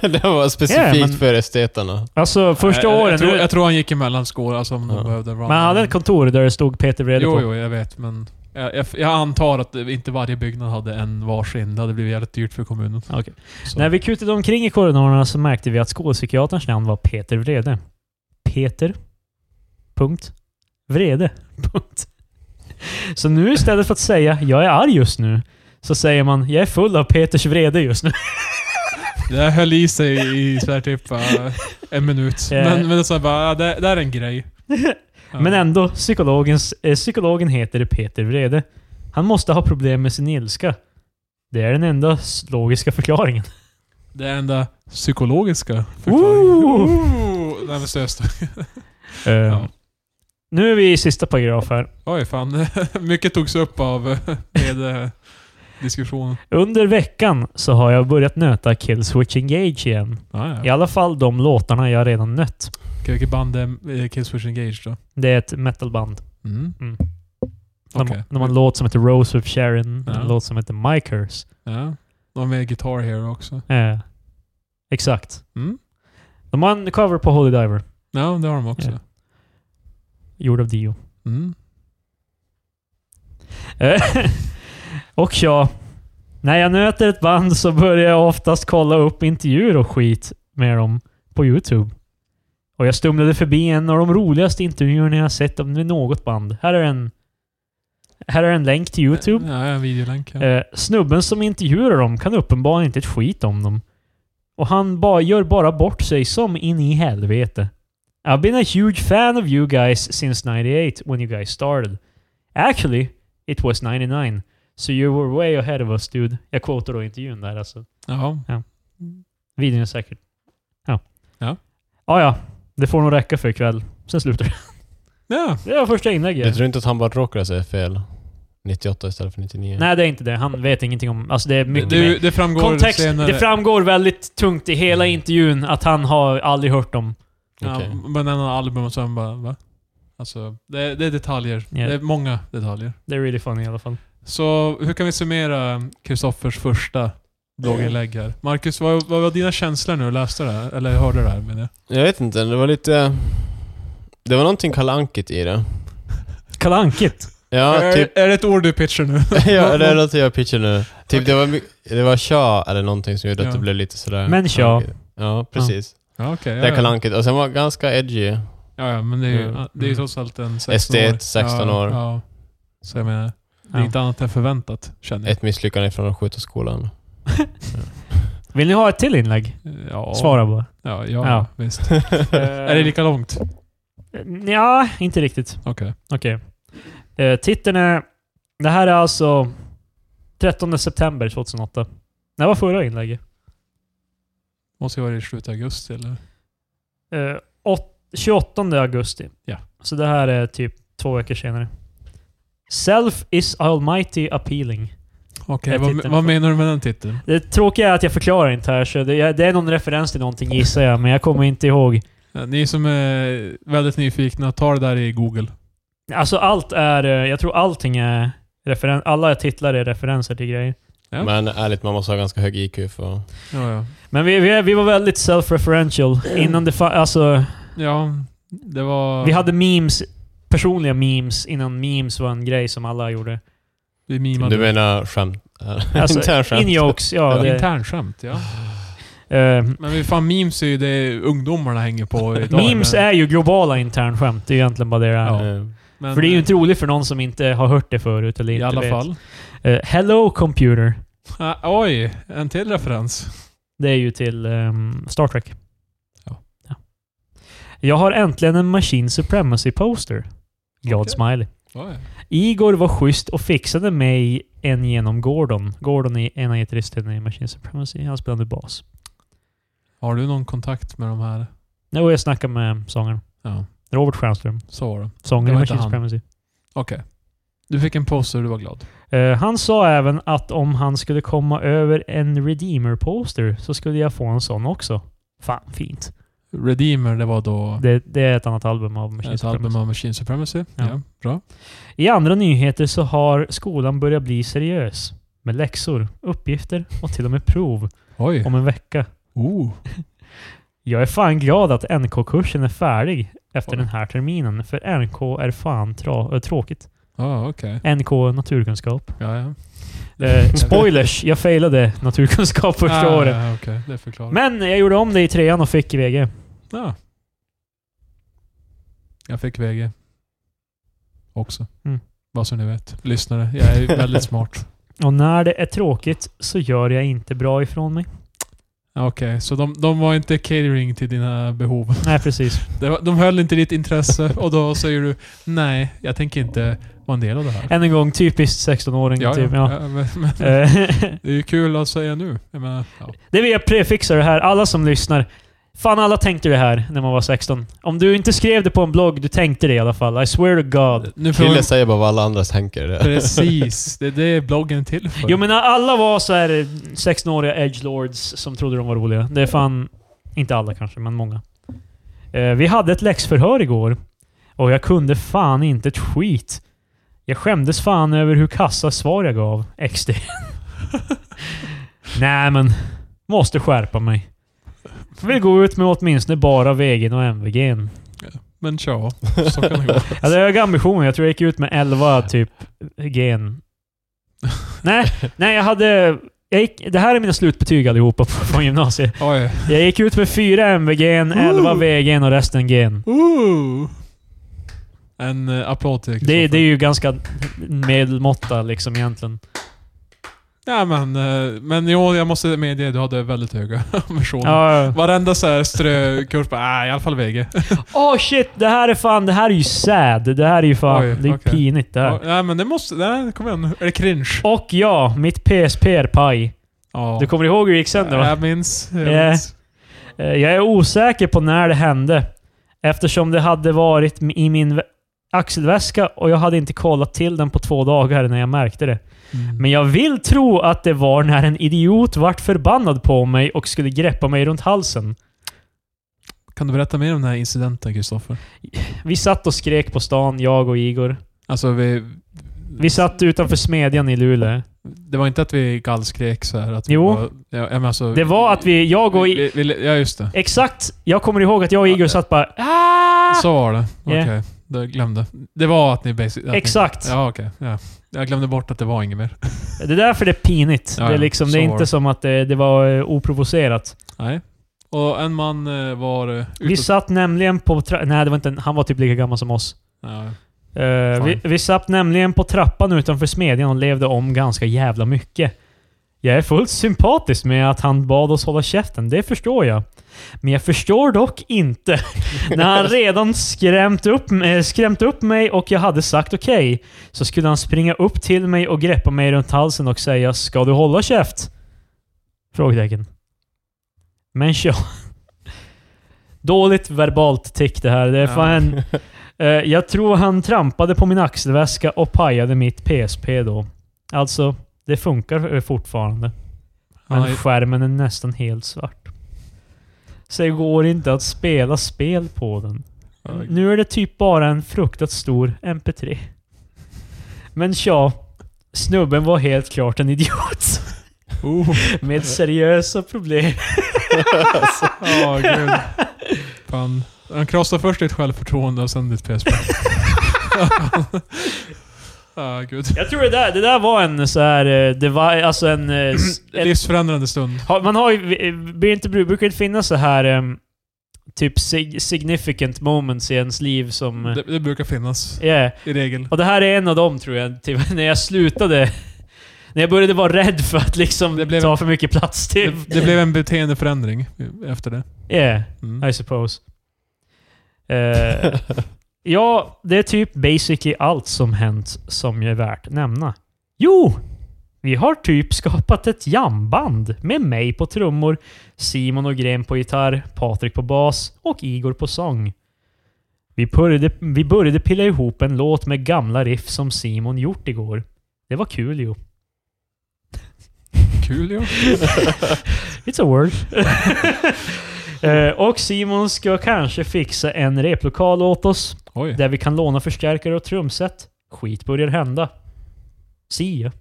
S3: det var specifikt
S1: Ja, men-
S3: för esteterna.
S1: Alltså första
S2: Eh, jag,
S1: åren...
S2: Jag tror,
S1: nu-
S2: jag tror han gick i mellanskola, alltså om de
S3: Ja.
S2: behövde run.
S1: man hade ett kontor där det stod Peter Vrede
S2: Jo,
S1: på.
S2: jo, jag vet, men... Jag, jag, jag antar att det- inte varje byggnad hade en varsin. Det hade blivit jävligt dyrt för kommunen.
S1: Okej.
S2: Så.
S1: När vi kutade omkring i korridorerna så märkte vi att skolpsykiaterns namn var Peter Vrede. Peter. Punkt. Vrede. Punkt. Så nu istället för att säga “Jag är arg just nu” så säger man “Jag är full av Peters vrede just nu”.
S2: Det här höll i sig i så här typ eh, en minut.
S1: Ja.
S2: Men, men det, är så här bara, ja, det, det här är en grej. Ja.
S1: Eh. Men ändå, psykologens, eh, psykologen heter Peter Vrede. Han måste ha problem med sin ilska. Det är den enda s- logiska förklaringen.
S2: Det är enda psykologiska
S1: Ooh.
S2: förklaringen. Nej men seriöst.
S1: Eh, Nu är vi i sista paragraf här.
S2: Oj fan. Mycket togs upp av eh, med eh, diskussionen.
S1: Under veckan så har jag börjat nöta Killswitch Engage igen.
S2: Ah, ja.
S1: I alla fall de låtarna jag redan nött.
S2: Okej, Vilket band är eh, Killswitch Engage då?
S1: Det är ett metalband.
S2: Mm.
S1: Mm. De,
S2: Okej.
S1: de har en låt som heter Rose of Sharon,
S2: Ja.
S1: en låt som heter My Curse.
S2: Ja. De har med Guitar Hero också.
S1: Eh, exakt.
S2: Mm.
S1: De har en cover på Holy Diver,
S2: Ja, det har de också.
S1: Ja. gjord av Dio.
S2: Mm.
S1: Eh, och ja, när jag nöter ett band så börjar jag oftast kolla upp intervjuer och skit med dem på YouTube. Och jag stumlade förbi en av de roligaste intervjuerna jag sett med något band. Här är en, här är en länk till YouTube.
S2: Ja, en videolänk. Ja.
S1: Eh, snubben som intervjuar dem kan uppenbarligen inte ett skit om dem. Och han ba gör bara bort sig som in i helvete. I've been a huge fan of you guys since 98 when you guys started. Actually, it was 99. So you were way ahead of us dude. Jag quotar då intervjun där alltså.
S2: Ja.
S1: Videon är säkert... Ja.
S2: Ja.
S1: Ah, ja. Det får nog räcka för ikväll. Sen slutar det.
S2: ja.
S1: Det var första inlägget.
S3: Jag tror inte att han bara råkade säga fel. 98 istället för 99.
S1: Nej, det är inte det. Han vet ingenting om... Alltså det är mycket mer.
S2: Det, det framgår
S1: Kontext,
S2: senare.
S1: det framgår väldigt tungt i hela intervjun att han har aldrig hört dem.
S2: Ja,
S3: Okej.
S2: Men en album och sen bara, va? Alltså, det, det är detaljer.
S1: Ja.
S2: Det är många detaljer.
S1: Det är really funny i alla fall.
S2: Så hur kan vi summera Kristoffers första blogginlägg här? Marcus, vad, vad var dina känslor när du läste det här? Eller hörde det här menar jag?
S3: Jag vet inte, det var lite... Det var någonting kalankigt i det.
S1: Kalanket.
S3: Ja,
S2: är,
S3: typ...
S2: är det ett ord du pitchar nu?
S3: ja, det är något jag pitchar nu. Typ
S2: Okej.
S3: det var, my- det var tja eller någonting som gjorde att
S2: Ja.
S3: det blev lite sådär...
S1: Men tja.
S3: kalankigt. Ja, precis.
S2: Ja, okej.
S3: Det är
S2: ja, ja.
S3: kalankigt. Och sen var det ganska edgy.
S2: ja, ja, men det är ju
S3: Mm.
S2: det är ju trots allt en 16
S3: Estet,
S2: år.
S3: 16
S2: ja,
S3: år.
S2: Ja. Så jag menar, det är
S1: Ja.
S2: inte annat än förväntat, känner jag.
S3: Ett misslyckande från att skjuta skolan.
S1: Vill ni ha ett till inlägg?
S2: Ja,
S1: Svara bara.
S2: Ja, ja,
S1: Ja.
S2: visst. är det lika långt?
S1: Ja, Eh, inte riktigt.
S2: Okej.
S1: Okej. Eh, titeln är... Det här är alltså 13 september 2008. Det var förra inlägget.
S2: Måste ju vara i slutet av augusti, eller?
S1: Eh, åt- 28 augusti.
S2: Ja.
S1: Så det här är typ två veckor senare. Self is almighty appealing.
S2: Okej,
S1: Jag
S2: vad,
S1: tittar
S2: vad
S1: på-
S2: menar du med den titeln?
S1: Det tråkiga är att jag förklarar inte här, så det, det är någon referens till någonting gissar jag, men jag kommer inte ihåg.
S2: Ja, Ni som är väldigt nyfikna, ta det där i Google.
S1: Alltså allt är... eh, Jag tror allting är... Referen- alla titlar är referenser till grejer.
S2: Ja.
S3: Men ärligt, man måste ha ganska hög IQ för att...
S2: Ja, ja.
S1: Men vi, vi, vi var väldigt self-referential innan det fa- Alltså,
S2: ja det var...
S1: vi hade memes, personliga memes, innan memes var en grej som alla gjorde.
S2: Vi mimade.
S3: Du menar skämt?
S1: Alltså,
S3: Internskämt?
S1: In-jokes, ja.
S3: Ja,
S1: Det,
S2: Internskämt, ja.
S1: eh,
S2: Men vi fan, memes är ju det ungdomarna hänger på idag.
S1: memes
S2: men,
S1: är ju globala internskämt, det är ju egentligen bara det det är.
S2: Ja.
S3: Mm.
S2: men,
S1: För det är ju inte roligt för någon som inte har hört det förut eller
S2: I
S1: inte
S2: alla
S1: vet.
S2: fall.
S1: Eh, Hello computer.
S2: Ah, oj, en till referens.
S1: Det är ju till ehm, Star Trek.
S2: Ja.
S1: Ja. Jag har äntligen en Machine Supremacy poster. Glad
S2: Okej.
S1: smiley.
S2: Oj.
S1: Igor var schysst och fixade mig en genom Gordon. Gordon är en av gitarristerna i Machine Supremacy. Han spelade bas.
S2: Har du någon kontakt med de här?
S1: Nu har jag snackat med sångaren.
S2: Ja,
S1: Robert Stjernström.
S2: så var det.
S1: Sångaren
S2: Det
S1: i
S2: var inte
S1: Machine
S2: han.
S1: Supremacy.
S2: Okej. Du fick en poster och du var glad.
S1: Eh, han sa även att om han skulle komma över en Redeemer-poster så skulle jag få en sån också. Fan, fint.
S2: Redeemer, det var då
S1: Det, det är ett annat album av Machine
S2: ett
S1: Supremacy.
S2: album av Machine Supremacy.
S1: Ja.
S2: Ja. bra.
S1: I andra nyheter så har skolan börjat bli seriös. Med läxor, uppgifter och till och med prov
S2: Oj.
S1: om en vecka.
S2: Oh.
S1: Jag är fan glad att NK-kursen är färdig efter
S2: Oj.
S1: den här terminen, för NK är fan tra- äh, tråkigt.
S2: Ja, okej.
S1: NK är naturkunskap.
S2: Ja, ja.
S1: Eh, spoilers, jag failade naturkunskap första
S2: ah,
S1: året.
S2: Ja, okej. Det förklarar.
S1: Men jag gjorde om det i trean och fick i VG.
S2: Ja. Jag fick VG. Också.
S1: Mm.
S2: Vad som ni vet. Lyssnare, jag är väldigt smart.
S1: Och när det är tråkigt så gör jag inte bra ifrån mig.
S2: Ja, Okej, så de, de var inte catering till dina behov.
S1: Nej, precis.
S2: Det var- De höll inte ditt intresse och då säger du nej, jag tänker inte vara en del av det här.
S1: Än en gång, typiskt 16-åring.
S2: Ja,
S1: typ,
S2: ja. ja men, men,
S1: Eh,
S2: det är ju kul att säga nu. Jag menar, ja.
S1: Det vill jag prefixa det här. Alla som lyssnar. Fan, alla tänkte det här när man var 16. Om du inte skrev det på en blogg, du tänkte det i alla fall. I swear to God.
S2: Nu får
S3: Krille
S2: man,
S3: säger bara vad alla andra tänker.
S2: precis, det, det är bloggen till för.
S1: Jo men när alla var så här eh, 16-åriga edgelords som trodde de var roliga. Det är fan... Inte alla kanske, men många. Eh, vi hade ett läxförhör igår. Och jag kunde fan inte ett skit. Jag skämdes fan över hur kassa svar jag gav. XD. Nej men... Måste skärpa mig. Vill gå ut med åtminstone bara VG'n och MVG'n.
S2: Men tja, så kan det gå.
S1: Jag hade höga ambitioner. Jag tror jag gick ut med 11 typ gen. Nej, nej jag hade... Jag gick, det här är mina slutbetyg allihopa på, från gymnasiet.
S2: Oj.
S1: Jag gick ut med 4 MVG'n, 11
S2: Ooh.
S1: VG'n och resten gen.
S2: Ooh. En eh, applåd till
S1: Det,
S2: Kristoffer.
S1: det är ju ganska medelmåtta liksom egentligen.
S2: Ja, men, eh, men jo, jag måste medge, du hade väldigt höga ambitioner.
S1: Ja.
S2: Varenda så här strökurs bara, äh, i alla fall VG.
S1: Åh shit! Det här är fan... Det här är ju sad. Det här är ju fan...
S2: Oj,
S1: det är
S2: okej.
S1: pinigt det här.
S2: Ja, nej, men det måste, nej, kom igen. Är det cringe?
S1: Och ja, mitt PSP är paj.
S2: Ja.
S1: Du kommer ihåg hur det gick sen då? va?
S2: Jag minns. Jag
S1: Ja.
S2: minns.
S1: Eh, Jag är osäker på när det hände. Eftersom det hade varit i min vä- axelväska och jag hade inte kollat till den på två dagar när jag märkte det.
S2: Mm.
S1: Men jag vill tro att det var när en idiot vart förbannad på mig och skulle greppa mig runt halsen.
S2: Kan du berätta mer om den här incidenten, Kristoffer?
S1: Vi satt och skrek på stan, jag och Igor.
S2: Alltså, vi...
S1: Vi satt utanför smedjan i Luleå.
S2: Det var inte att vi gallskrek så här att
S1: Jo.
S2: Vi var, ja, ja, men alltså,
S1: Det var att vi, jag och... I-
S2: vi, vi, vi, Ja, just det.
S1: Exakt! Jag kommer ihåg att jag och Igor satt bara "Ah!"
S2: Så var det. Okej.
S1: Ja.
S2: Jag glömde. Det var att ni basic... Att
S1: Exakt!
S2: Ni, ja, okej. Ja. Jag glömde bort att det var inget mer.
S1: Det är därför det är pinigt.
S2: Ja,
S1: det är
S2: ja.
S1: liksom,
S2: Så
S1: det är
S2: var
S1: inte
S2: det.
S1: som att det, det var eh, oprovocerat.
S2: Nej. Och en man eh, var... eh,
S1: Vi
S2: utåt-
S1: satt nämligen på... Tra- Nej, det var inte en, han var typ lika gammal som oss.
S2: Ja.
S1: Eh,
S2: Fan.
S1: vi, vi satt nämligen på trappan utanför smedjan och levde om ganska jävla mycket. Jag är fullt sympatisk med att han bad oss hålla käften, det förstår jag. Men jag förstår dock inte när han redan skrämt upp, eh, skrämt upp mig och jag hade sagt okej, så skulle han springa upp till mig och greppa mig runt halsen och säga “Ska du hålla käft?” Frågetecken. Men tja. Dåligt verbalt tick det här. Det är
S2: Ja.
S1: fan... Eh, jag tror han trampade på min axelväska och pajade mitt PSP då. Alltså, det funkar eh, fortfarande. Men
S2: Han,
S1: skärmen är nästan helt svart. Så det går inte att spela spel på den.
S2: Ja,
S1: Nu är det typ bara en fruktat stor MP3. Men tja, snubben var helt klart en idiot.
S2: oh.
S1: Med seriösa problem.
S2: Ja, gud. Fan. Han krossar först ditt självförtroende och sen ditt PSP. ah, gud.
S1: Jag tror det där, det där var en så här, eh, det var alltså en... eh, s- ett-
S2: Livsförändrande stund.
S1: har- Man har ju, eh, blir inte, brukar det finnas så här em, typ sig- significant moments i ens liv som... eh,
S2: Det, det brukar finnas,
S1: Yeah.
S2: i regel.
S1: Och det här är en av dem tror jag, typ, när jag slutade... När jag började vara rädd för att liksom
S2: Det blev-
S1: ta för mycket plats
S2: Det,
S1: till...
S2: det blev en beteendeförändring efter det.
S1: Yeah.
S2: Mm.
S1: I suppose. Eh, ja, det är typ basically allt som hänt som är värt nämna. Jo! Vi har typ skapat ett jamband med mig på trummor, Simon och Gren på gitarr, Patrik på bas och Igor på sång. Vi började, vi började pilla ihop en låt med gamla riff som Simon gjort igår. Det var kul ju.
S2: Kul ju.
S1: It's a word. Eh, och Simon ska kanske fixa en replokal åt oss
S2: Oj.
S1: där vi kan låna förstärkare och trumset. Skit börjar hända. See ya.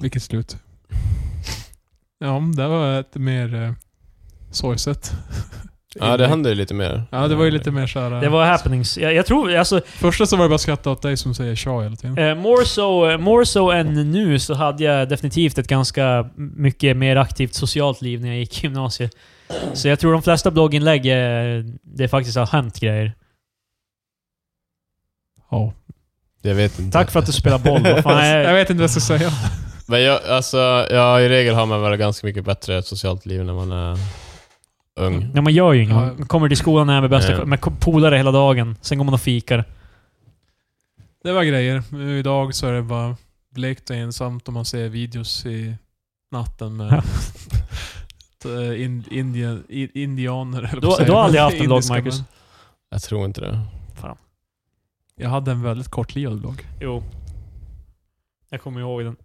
S2: Vilket slut. Ja, det var ett mer eh, sorgset.
S3: Ja, det hände ju lite mer. Eh,
S2: Ja, det var ju lite mer såhär...
S1: Det var happenings. Jag, jag tror, alltså,
S2: Första så var det bara skratta åt dig som säger tja hela tiden.
S1: eh, more, so, eh, more so än nu så hade jag definitivt ett ganska mycket mer aktivt socialt liv när jag gick i gymnasiet. Så jag tror de flesta blogginlägg, eh, det faktiskt har hänt grejer.
S2: Ja.
S3: Jag vet inte.
S1: Tack för att du spelar boll. Vad fan, jag-
S2: Jag vet inte vad jag ska säga.
S3: Men jag, alltså, ja, i regel har man väl ganska mycket bättre socialt liv när man är ung.
S2: Mm.
S1: Ja, man gör ju inget.
S2: Ja.
S1: Man kommer till skolan här med bästa
S3: Nej.
S1: med ko- polare hela dagen. Sen går man och fikar.
S2: Det var grejer. Nu idag så är det bara blekt och ensamt om man ser videos i natten med eh, in, indien, i- indianer eller
S1: Du-
S2: vad säger
S1: du har
S2: man?
S1: aldrig haft en blogg,
S2: Indiska
S1: Marcus?
S2: män.
S3: Jag tror inte det.
S2: Jag hade en väldigt kortlivad blogg.
S1: Jo. Jag kommer ihåg den.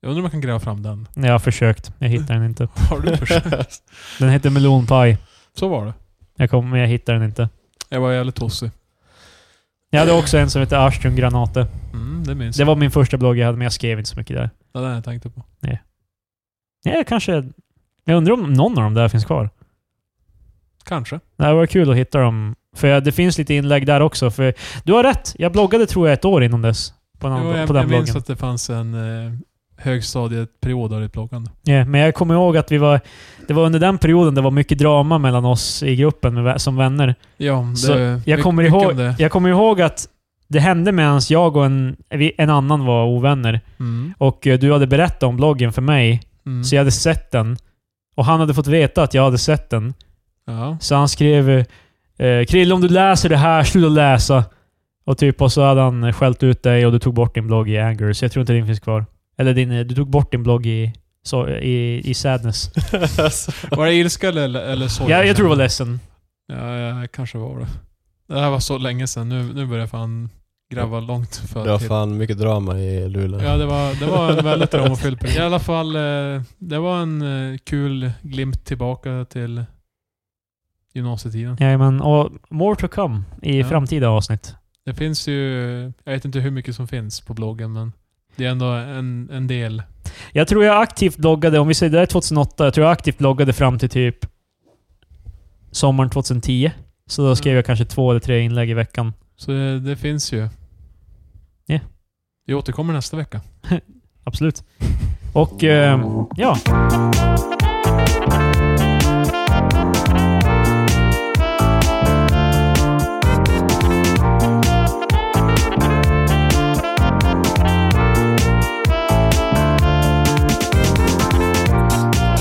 S2: Jag undrar om man kan gräva fram den.
S1: Jag har försökt. Jag hittar den inte.
S2: Har du försökt?
S1: Den heter Melonpaj.
S2: så var det.
S1: Jag kom, men jag hittar den inte.
S2: Jag var jävligt tossig.
S1: Jag hade också en som hette Arstium Granate.
S2: Mm, det minns
S1: Det
S2: jag.
S1: var min första blogg jag hade, men jag skrev inte så mycket där.
S2: Det var den jag tänkte på.
S1: Nej, kanske... Jag undrar om någon av dem där finns kvar.
S2: Kanske.
S1: Det var kul att hitta dem. För jag- det finns lite inlägg där också. För du har rätt. Jag bloggade tror jag ett år innan dess. På, en annan,
S2: Jo, jag,
S1: på
S2: jag
S1: den bloggen.
S2: minns att det fanns en eh, högstadieperiod av ditt bloggande.
S1: Ja, men jag kommer ihåg att vi var, det var under den perioden det var mycket drama mellan oss i gruppen med, vä- som vänner.
S2: Ja, det,
S1: Så Jag
S2: my-
S1: kommer,
S2: mycket om
S1: ihåg,
S2: Det.
S1: jag kommer ihåg att det hände medan jag och en, vi- en annan var ovänner.
S2: Mm,
S1: Och eh, du hade berättat om bloggen för mig,
S2: mm.
S1: så jag hade sett den. Och han hade fått veta att jag hade sett den.
S2: Ja.
S1: Så han skrev eh, “Krille, om du läser det här, sluta läsa”. Och typ, och så hade han skällt ut dig och du tog bort din blogg i anger, så jag tror inte din finns kvar. Eller din, eh, du tog bort din blogg i, så, i, i sadness.
S2: Var det ilska eller, eller sorg?
S1: Jag, jag tror det var ledsen.
S2: Ja, ja, kanske var det. Det här var så länge sedan. Nu, nu börjar jag fan gräva långt för
S3: Det var
S2: till-
S3: fan mycket drama i Luleå.
S2: Ja, det var, det var en väldigt dramafylld period. I alla fall, eh, det var en eh, kul glimt tillbaka till gymnasietiden.
S1: Jajamän, och more to come i
S2: Ja.
S1: framtida avsnitt.
S2: Det finns ju, jag vet inte hur mycket som finns på bloggen, men det är ändå en, en del.
S1: Jag tror jag aktivt bloggade, om vi säger det här är 2008, jag tror jag aktivt bloggade fram till typ sommaren 2010. Så då skrev
S2: Mm.
S1: jag kanske två eller tre inlägg i veckan.
S2: Så det, det finns ju.
S1: Ja.
S2: Vi återkommer nästa vecka.
S1: Absolut. Och eh, ja,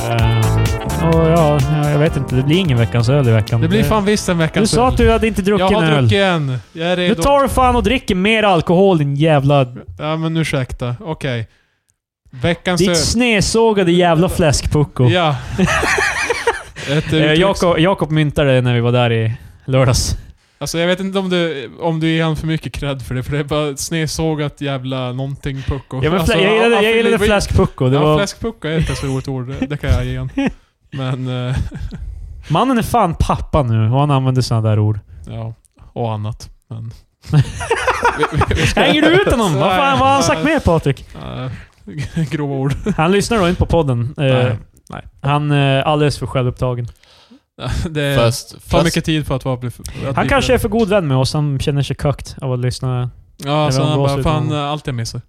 S1: eh, och ja, jag vet inte. Det blir ingen veckans öl i veckan.
S2: Det blir fan visst en vecka
S1: Du sa att du hade inte druckit
S2: Jag
S1: en
S2: har
S1: öl.
S2: druckit eh, en. Jag är
S1: Du
S2: redo.
S1: tar fan och dricker mer alkohol din jävla...
S2: Ja, men ursäkta. Okej. Veckans
S1: Ditt
S2: öl.
S1: snesågade jävla fläskpucko.
S2: Ja. Ett
S1: Eh,
S2: uttryck-
S1: Jakob, Jakob myntade det när vi var där i lördags.
S2: Alltså jag vet inte om du, om du ger han för mycket cred för det, för det är bara snesågat jävla någonting pucko.
S1: Ja, men
S2: Alltså,
S1: flä- jag gillade, jag gillade
S2: affili-
S1: fläskpucko. Det
S2: ja,
S1: var,
S2: fläskpucko är ett ganska roligt ord, det- det kan jag ge han. Men... eh,
S1: Mannen är fan pappa nu och han använder sådana där ord.
S2: Ja, och annat. Men,
S1: Hänger du ut honom? Vad fan vad har han sagt mer Patrik?
S2: eh, grova ord.
S1: Han lyssnar då inte på podden. Eh,
S2: Nej.
S1: Han är alldeles för självupptagen.
S2: Det
S3: Fast,
S2: tar
S3: fast
S2: mycket tid för att vara... Att
S1: Han
S2: bli-
S1: kanske är för god vän med oss. Han känner sig kökt av att lyssna.
S2: Ja,
S1: Eller
S2: så
S1: om
S2: han
S1: det var
S2: bara,
S1: så
S2: fan
S1: utan-
S2: eh, allt jag missar.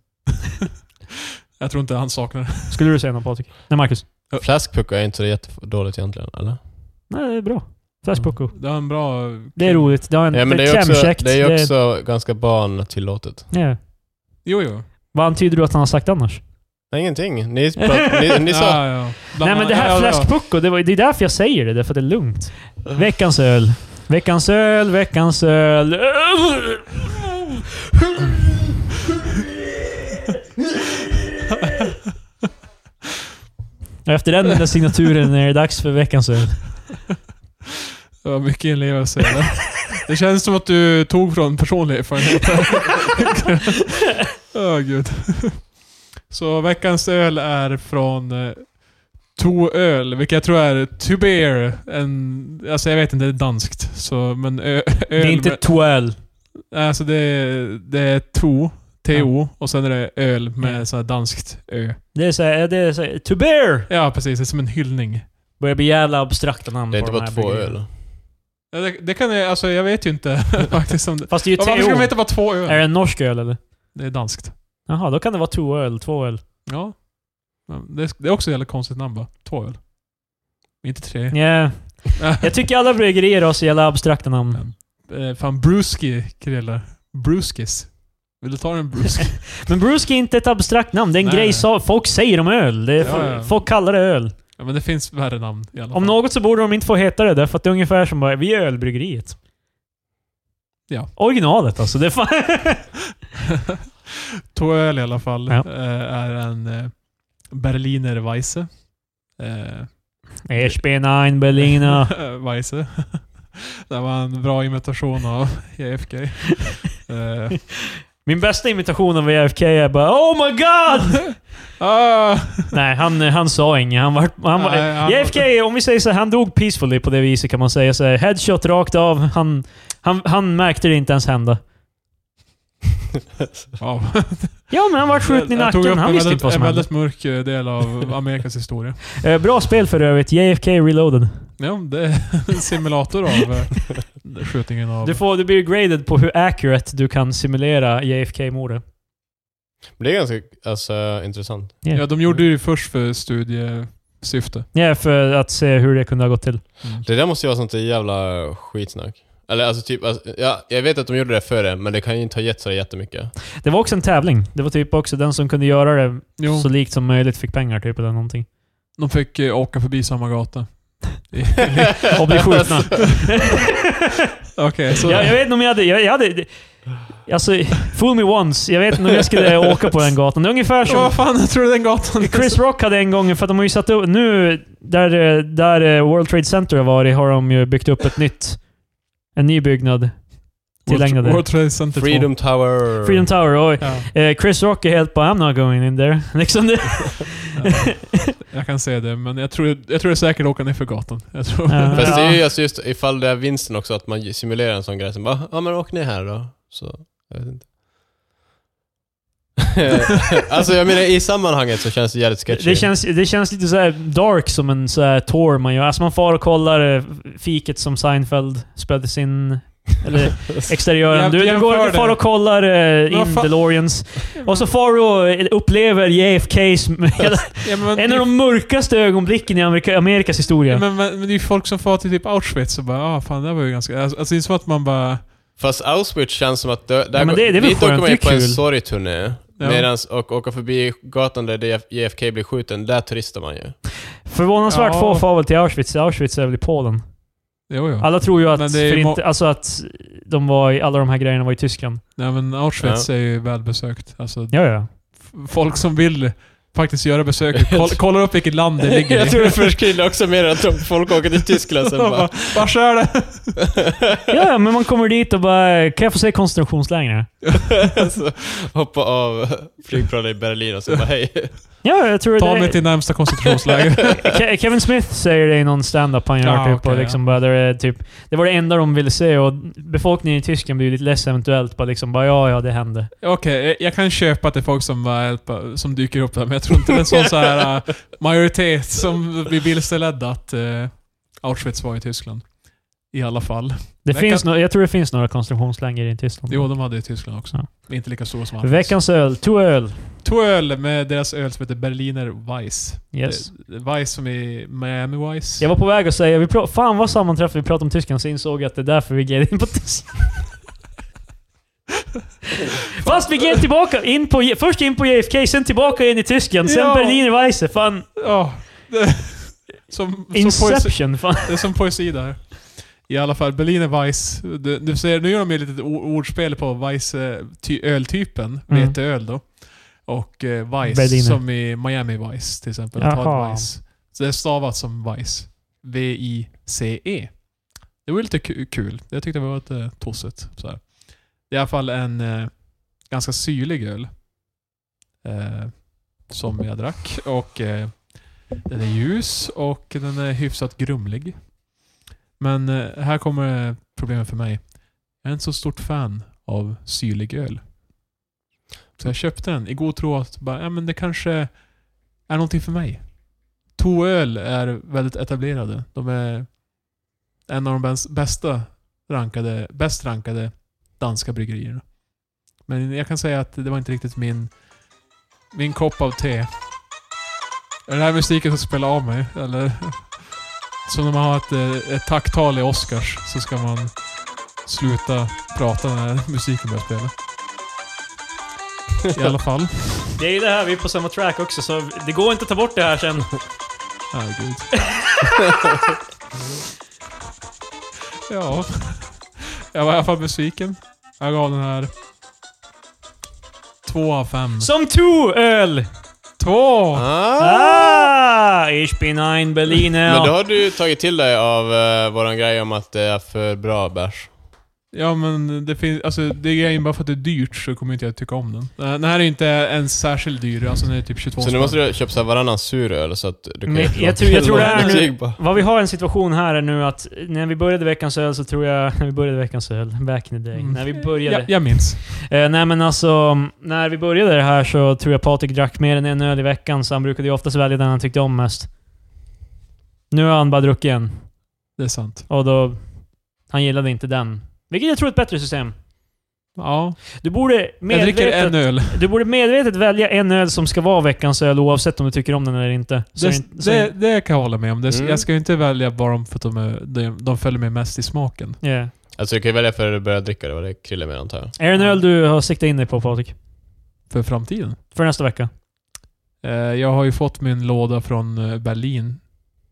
S2: jag tror inte han saknar det.
S1: Skulle du säga något Patrik? Nej Marcus?
S3: flaskpuckar är inte så jättedåligt egentligen, eller?
S1: Nej, det är bra. Flashpucko.
S2: Det är en bra...
S1: Det är roligt. Det är, en,
S3: Ja, men det är ju också,
S1: klämkäckt.
S3: det är ju också ganska barntillåtet.
S1: ja.
S2: Jo, jo.
S1: Vad antyder du att han har sagt annars?
S3: Nej, ingenting. Ni, prat, ni, ni sa...
S2: Ja, ja. Bland
S1: Nej men
S2: annat-
S1: det
S2: ja,
S1: här
S2: ja.
S1: fläskpucko, det, var, det är därför jag säger det. Därför att det är lugnt. Veckans öl. Veckans öl, veckans öl. Och Efter den lilla signaturen är det dags för veckans öl.
S2: Det var mycket inlevelse i det. Det känns som att du tog från personlig erfarenhet. Åh gud. Så veckans öl är från eh, Toöl, vilket jag tror är To Beer. En, alltså jag vet inte, det är danskt. Så, men ö, öl,
S1: Det är inte toöl.
S2: Nej, Alltså det är, det är to, to, och sen är det öl med
S1: Ja.
S2: så här danskt ö.
S1: Det är såhär, det är såhär, to bear!
S2: Ja, precis. Det är som en hyllning.
S1: Börjar bli jävla abstrakta namn
S3: Det är inte
S1: på de
S3: bara
S1: här
S3: två
S1: bryggerierna.
S3: öl.
S2: Ja, Det, det kan jag, alltså jag vet ju inte faktiskt om det...
S1: Fast det är ju
S2: Ja, Varför ska man
S1: TO.
S2: heta bara två
S1: Är det
S2: öl?
S1: en norsk öl eller?
S2: Det är danskt.
S1: Jaha, då kan det vara toöl, tvåöl.
S2: Ja. Men Det, det är också ett jävla konstigt namn bara. Två öl. Inte tre.
S1: Yeah. Jag tycker alla bryggerier har så jävla abstrakta namn.
S2: Eh, Fan, Bruski krille. Bruskis. Vill du ta en Bruski?
S1: Men Brewski är inte ett abstrakt namn. Det är en
S2: Nej.
S1: grej som folk säger om öl. Det är,
S2: Ja, ja.
S1: Folk kallar det öl.
S2: Ja, men det finns värre namn i alla fall.
S1: Om något så borde de inte få heta det, därför att det är ungefär som bara, vi är ölbryggeriet.
S2: Ja.
S1: Originalet alltså. Det är fan...
S2: Toöl i alla fall
S1: Ja.
S2: eh, är en eh, Berliner Weisse. Eh,
S1: Ich bin ein Berliner.
S2: Weisse. Det var en bra imitation av JFK. Eh,
S1: Min bästa imitation av JFK är bara Oh my God!
S2: ah,
S1: Nej, han, han sa inget. Han var, han var,
S2: Nej, han-
S1: JFK, om vi säger så här, han dog peacefully på det viset kan man säga. Så här, headshot rakt av. Han, han, han märkte det inte ens hända.
S2: ja.
S1: Ja, men han var skjuten i
S2: Jag tog upp
S1: nacken. Han
S2: en
S1: visste
S2: väldigt,
S1: inte vad som
S2: En
S1: hände.
S2: väldigt mörk eh, del av Amerikas historia.
S1: Eh, Bra spel för övrigt. JFK Reloaded.
S2: Ja, det är en simulator av eh, skjutningen av...
S1: Du, får, du blir graded på hur accurate du kan simulera JFK-mordet.
S3: Men Det är ganska alltså, intressant.
S2: ja, de gjorde ju först för studiesyfte.
S1: Ja, för att se hur det kunde ha gått till.
S3: Det där måste ju vara sånt där jävla skitsnack. Eller alltså typ, alltså, ja, jag vet att de gjorde det före, men det kan ju inte ha gett så jättemycket.
S1: Det var också en tävling. Det var typ också den som kunde göra det
S2: Jo,
S1: så likt som möjligt fick pengar typ eller någonting.
S2: de fick eh, åka förbi samma gata.
S1: Och bli skjutna.
S2: Okej, så...
S1: jag, jag vet inte om jag hade... Jag, jag hade alltså, fool me once. Jag vet inte om jag skulle åka på den gatan. Det är ungefär
S2: Ja,
S1: som...
S2: Vad fan, jag tror det är den gatan.
S1: Chris Rock hade en gång, för att de har ju satt upp... Nu, där, eh, där eh, World Trade Center har varit, har de ju byggt upp ett nytt... En ny byggnad. tillägnade.
S2: World Trade Center 2.
S3: Freedom
S2: Mm.
S3: Tower.
S1: Freedom Tower. Och
S2: Ja,
S1: Eh, Chris Rock är helt bara I'm not going in there. Liksom det.
S2: ja. Jag kan säga det, men jag tror, jag tror det är säkert att åka ner för gatan. Jag tror.
S1: Ja.
S3: Fast det är ju alltså just ifall det är vinsten också, att man simulerar en sån grej som bara, ja men åk ner här då. Så, jag vet inte. alltså jag menar i sammanhanget så känns det jävligt sketchy.
S1: Det känns, det känns lite så här dark som en så här tour man gör. Alltså man far och kollar eh, fiket som Seinfeld spelades in. Eller exteriören.
S2: Jag-
S1: Du, du
S2: jämför
S1: går
S2: det.
S1: och far och kollar eh,
S2: Vad
S1: in
S2: fan-
S1: DeLoreans. Och så far du och eh, upplever JFKs...
S2: Ja, men,
S1: en av de mörkaste ögonblicken i Amerika, Amerikas
S2: Alltså, Ja,
S1: historia.
S2: men, men, men det är ju folk som far till typ Auschwitz och bara ah, fan det här var ju ganska... Alltså alltså, det är som att man bara...
S3: Fast Auschwitz känns som att... Där, där
S1: Ja, men det- det är väl
S3: dit åker
S1: skönt, det
S3: man ju
S1: är
S3: på en
S1: kul.
S3: sorgturné.
S2: Ja.
S3: Medans, och åka förbi gatan där DF JFK blir skjuten, där turistar man ju.
S1: Förvånansvärt
S2: Ja.
S1: få far väl till Auschwitz. Auschwitz är väl i Polen.
S2: Jo, jo.
S1: Alla tror ju att,
S2: Men det är ju
S1: förint- alltså att de var i, alla de här grejerna var i Tyskland.
S2: Nej men Auschwitz är ju välbesökt. Alltså
S1: Ja, ja.
S2: f- folk som vill faktiskt göra besöket. Koll, kollar upp vilket land det ligger
S3: Jag
S2: i.
S3: tror det förskrider också mer att de- folk åker till Tyskland sen bara...
S2: Vars är det?
S1: Ja, men man kommer dit och bara “Kan jag få se koncentrationslägren?”
S3: så hoppa av flygplanet i Berlin och så bara hej.
S1: Ja, jag tror
S2: Ta
S1: det...
S2: mig till närmsta koncentrationsläger.
S1: Ke- Kevin Smith säger det i någon stand-up han gör.
S2: Ja,
S1: typ,
S2: okej,
S1: och liksom bara, där är typ, det var det enda de ville se och befolkningen i Tyskland blir lite less eventuellt. Bara liksom bara, ja, ja, det hände.
S2: Okej, jag- jag kan köpa att det är folk som, bara hjälpa- som dyker upp där, men jag tror inte det är en sån så här, äh, majoritet som blir vilseledda att äh, Auschwitz var i Tyskland. I alla fall.
S1: Det
S2: Veckan-
S1: finns no- jag tror det finns några konstruktionslängder i Tyskland.
S2: Jo, de hade i Tyskland också.
S1: Ja.
S2: Men inte lika stora som Auschwitz.
S1: Veckans öl, två öl.
S2: Två öl med deras öl som heter Berliner Weiss.
S1: Yes.
S2: Eh, Weiss som i Miami Weiss.
S1: Jag var på väg att säga, vi pra- fan vad sammanträff vi pratade om Tyskland, så insåg jag att det är därför vi gled in på Tyskland. Fast vi gled tillbaka, in på, först in på JFK, sen tillbaka in i Tyskland, sen
S2: Ja.
S1: Berliner Weisse. Fan,
S2: Ja. det- Som, som poesi-
S1: Inception. Fan.
S2: Det är som poesi där. I alla fall, Berliner Weiss. Du, du ser, nu gör de ju ett litet o- ordspel på Weiss, eh, ty, öltypen,
S1: Mm.
S2: veteöl då. Och eh, Weiss,
S1: Berliner.
S2: som i Miami Weiss till exempel. att ha ett
S1: Jaha.
S2: Weiss. Så det är stavat som Weiss. V-I-C-E. E. Det var ju lite ku- kul. Jag tyckte det var lite tossigt. Så här. Det är i alla fall en eh, ganska syrlig öl. Eh, som jag drack. Och eh, den är ljus och den är hyfsat grumlig. Men eh, här kommer eh, problemet för mig. Jag är inte så stort fan av syrlig öl. Så jag köpte den i god tro att bara, ja, men det kanske är någonting för mig. Toöl är väldigt etablerade. De är en av de bäst- bästa rankade, bäst rankade danska bryggerierna. Men jag kan säga att det var inte riktigt min, min kopp av te. Är det här musiken som spelar av mig? Eller? Som när man har ett, eh, ett tacktal i Oscars så ska man sluta prata när musiken börjar spela. I alla fall.
S1: Det är ju det här, vi är på samma track också, så det går inte att ta bort det här sen.
S2: Herregud. ja. Jag var i alla fall besviken. Jag gav den här... Två av fem.
S1: Som to öl!
S2: Två!
S1: Ah! Ich bin ein Berliner.
S3: Men då har du tagit till dig av uh, våran grej om att det är för bra bärs.
S2: Ja men det finns... Alltså det är grejen bara för att det är dyrt så kommer inte jag tycka om den. Den här- Den här är inte ens särskilt dyr. Alltså den är typ 22
S3: Så nu måste du köpa så här varannan suröl så att du kan
S1: Men
S3: göra ett
S1: jag tror- jag tror det är-
S3: betyg på.
S1: Vad vi har en situation här är nu att när vi började veckans öl så tror jag... När vi började veckans öl, back in the day.
S2: Mm.
S1: När vi
S2: Ja,
S1: började...
S2: jag minns.
S1: Eh, nej men alltså, när vi började det här så tror jag Patrik drack mer än en öl i veckan, så han brukade ju oftast välja den han tyckte om mest. Nu har han bara druckit en,
S2: Det är sant.
S1: och då... Han gillade inte den. Vilket jag tror är ett bättre system.
S2: Ja.
S1: Du borde
S2: Jag dricker
S1: medvetet...
S2: en öl.
S1: Du borde medvetet välja en öl som ska vara veckans öl oavsett om du tycker om den eller inte. Så
S2: Det,
S1: inte- så
S2: det, det kan jag hålla med om. Det,
S3: Mm.
S2: Jag ska ju inte välja bara om för att de, är, de, de följer mig mest i smaken.
S1: yeah.
S3: Alltså du kan ju välja för att du börjar dricka, det var det Krille med antar jag.
S1: Är det en öl du har siktat in dig på Patrik?
S2: För framtiden.
S1: För nästa vecka?
S2: Eh, Jag har ju fått min låda från eh, Berlin.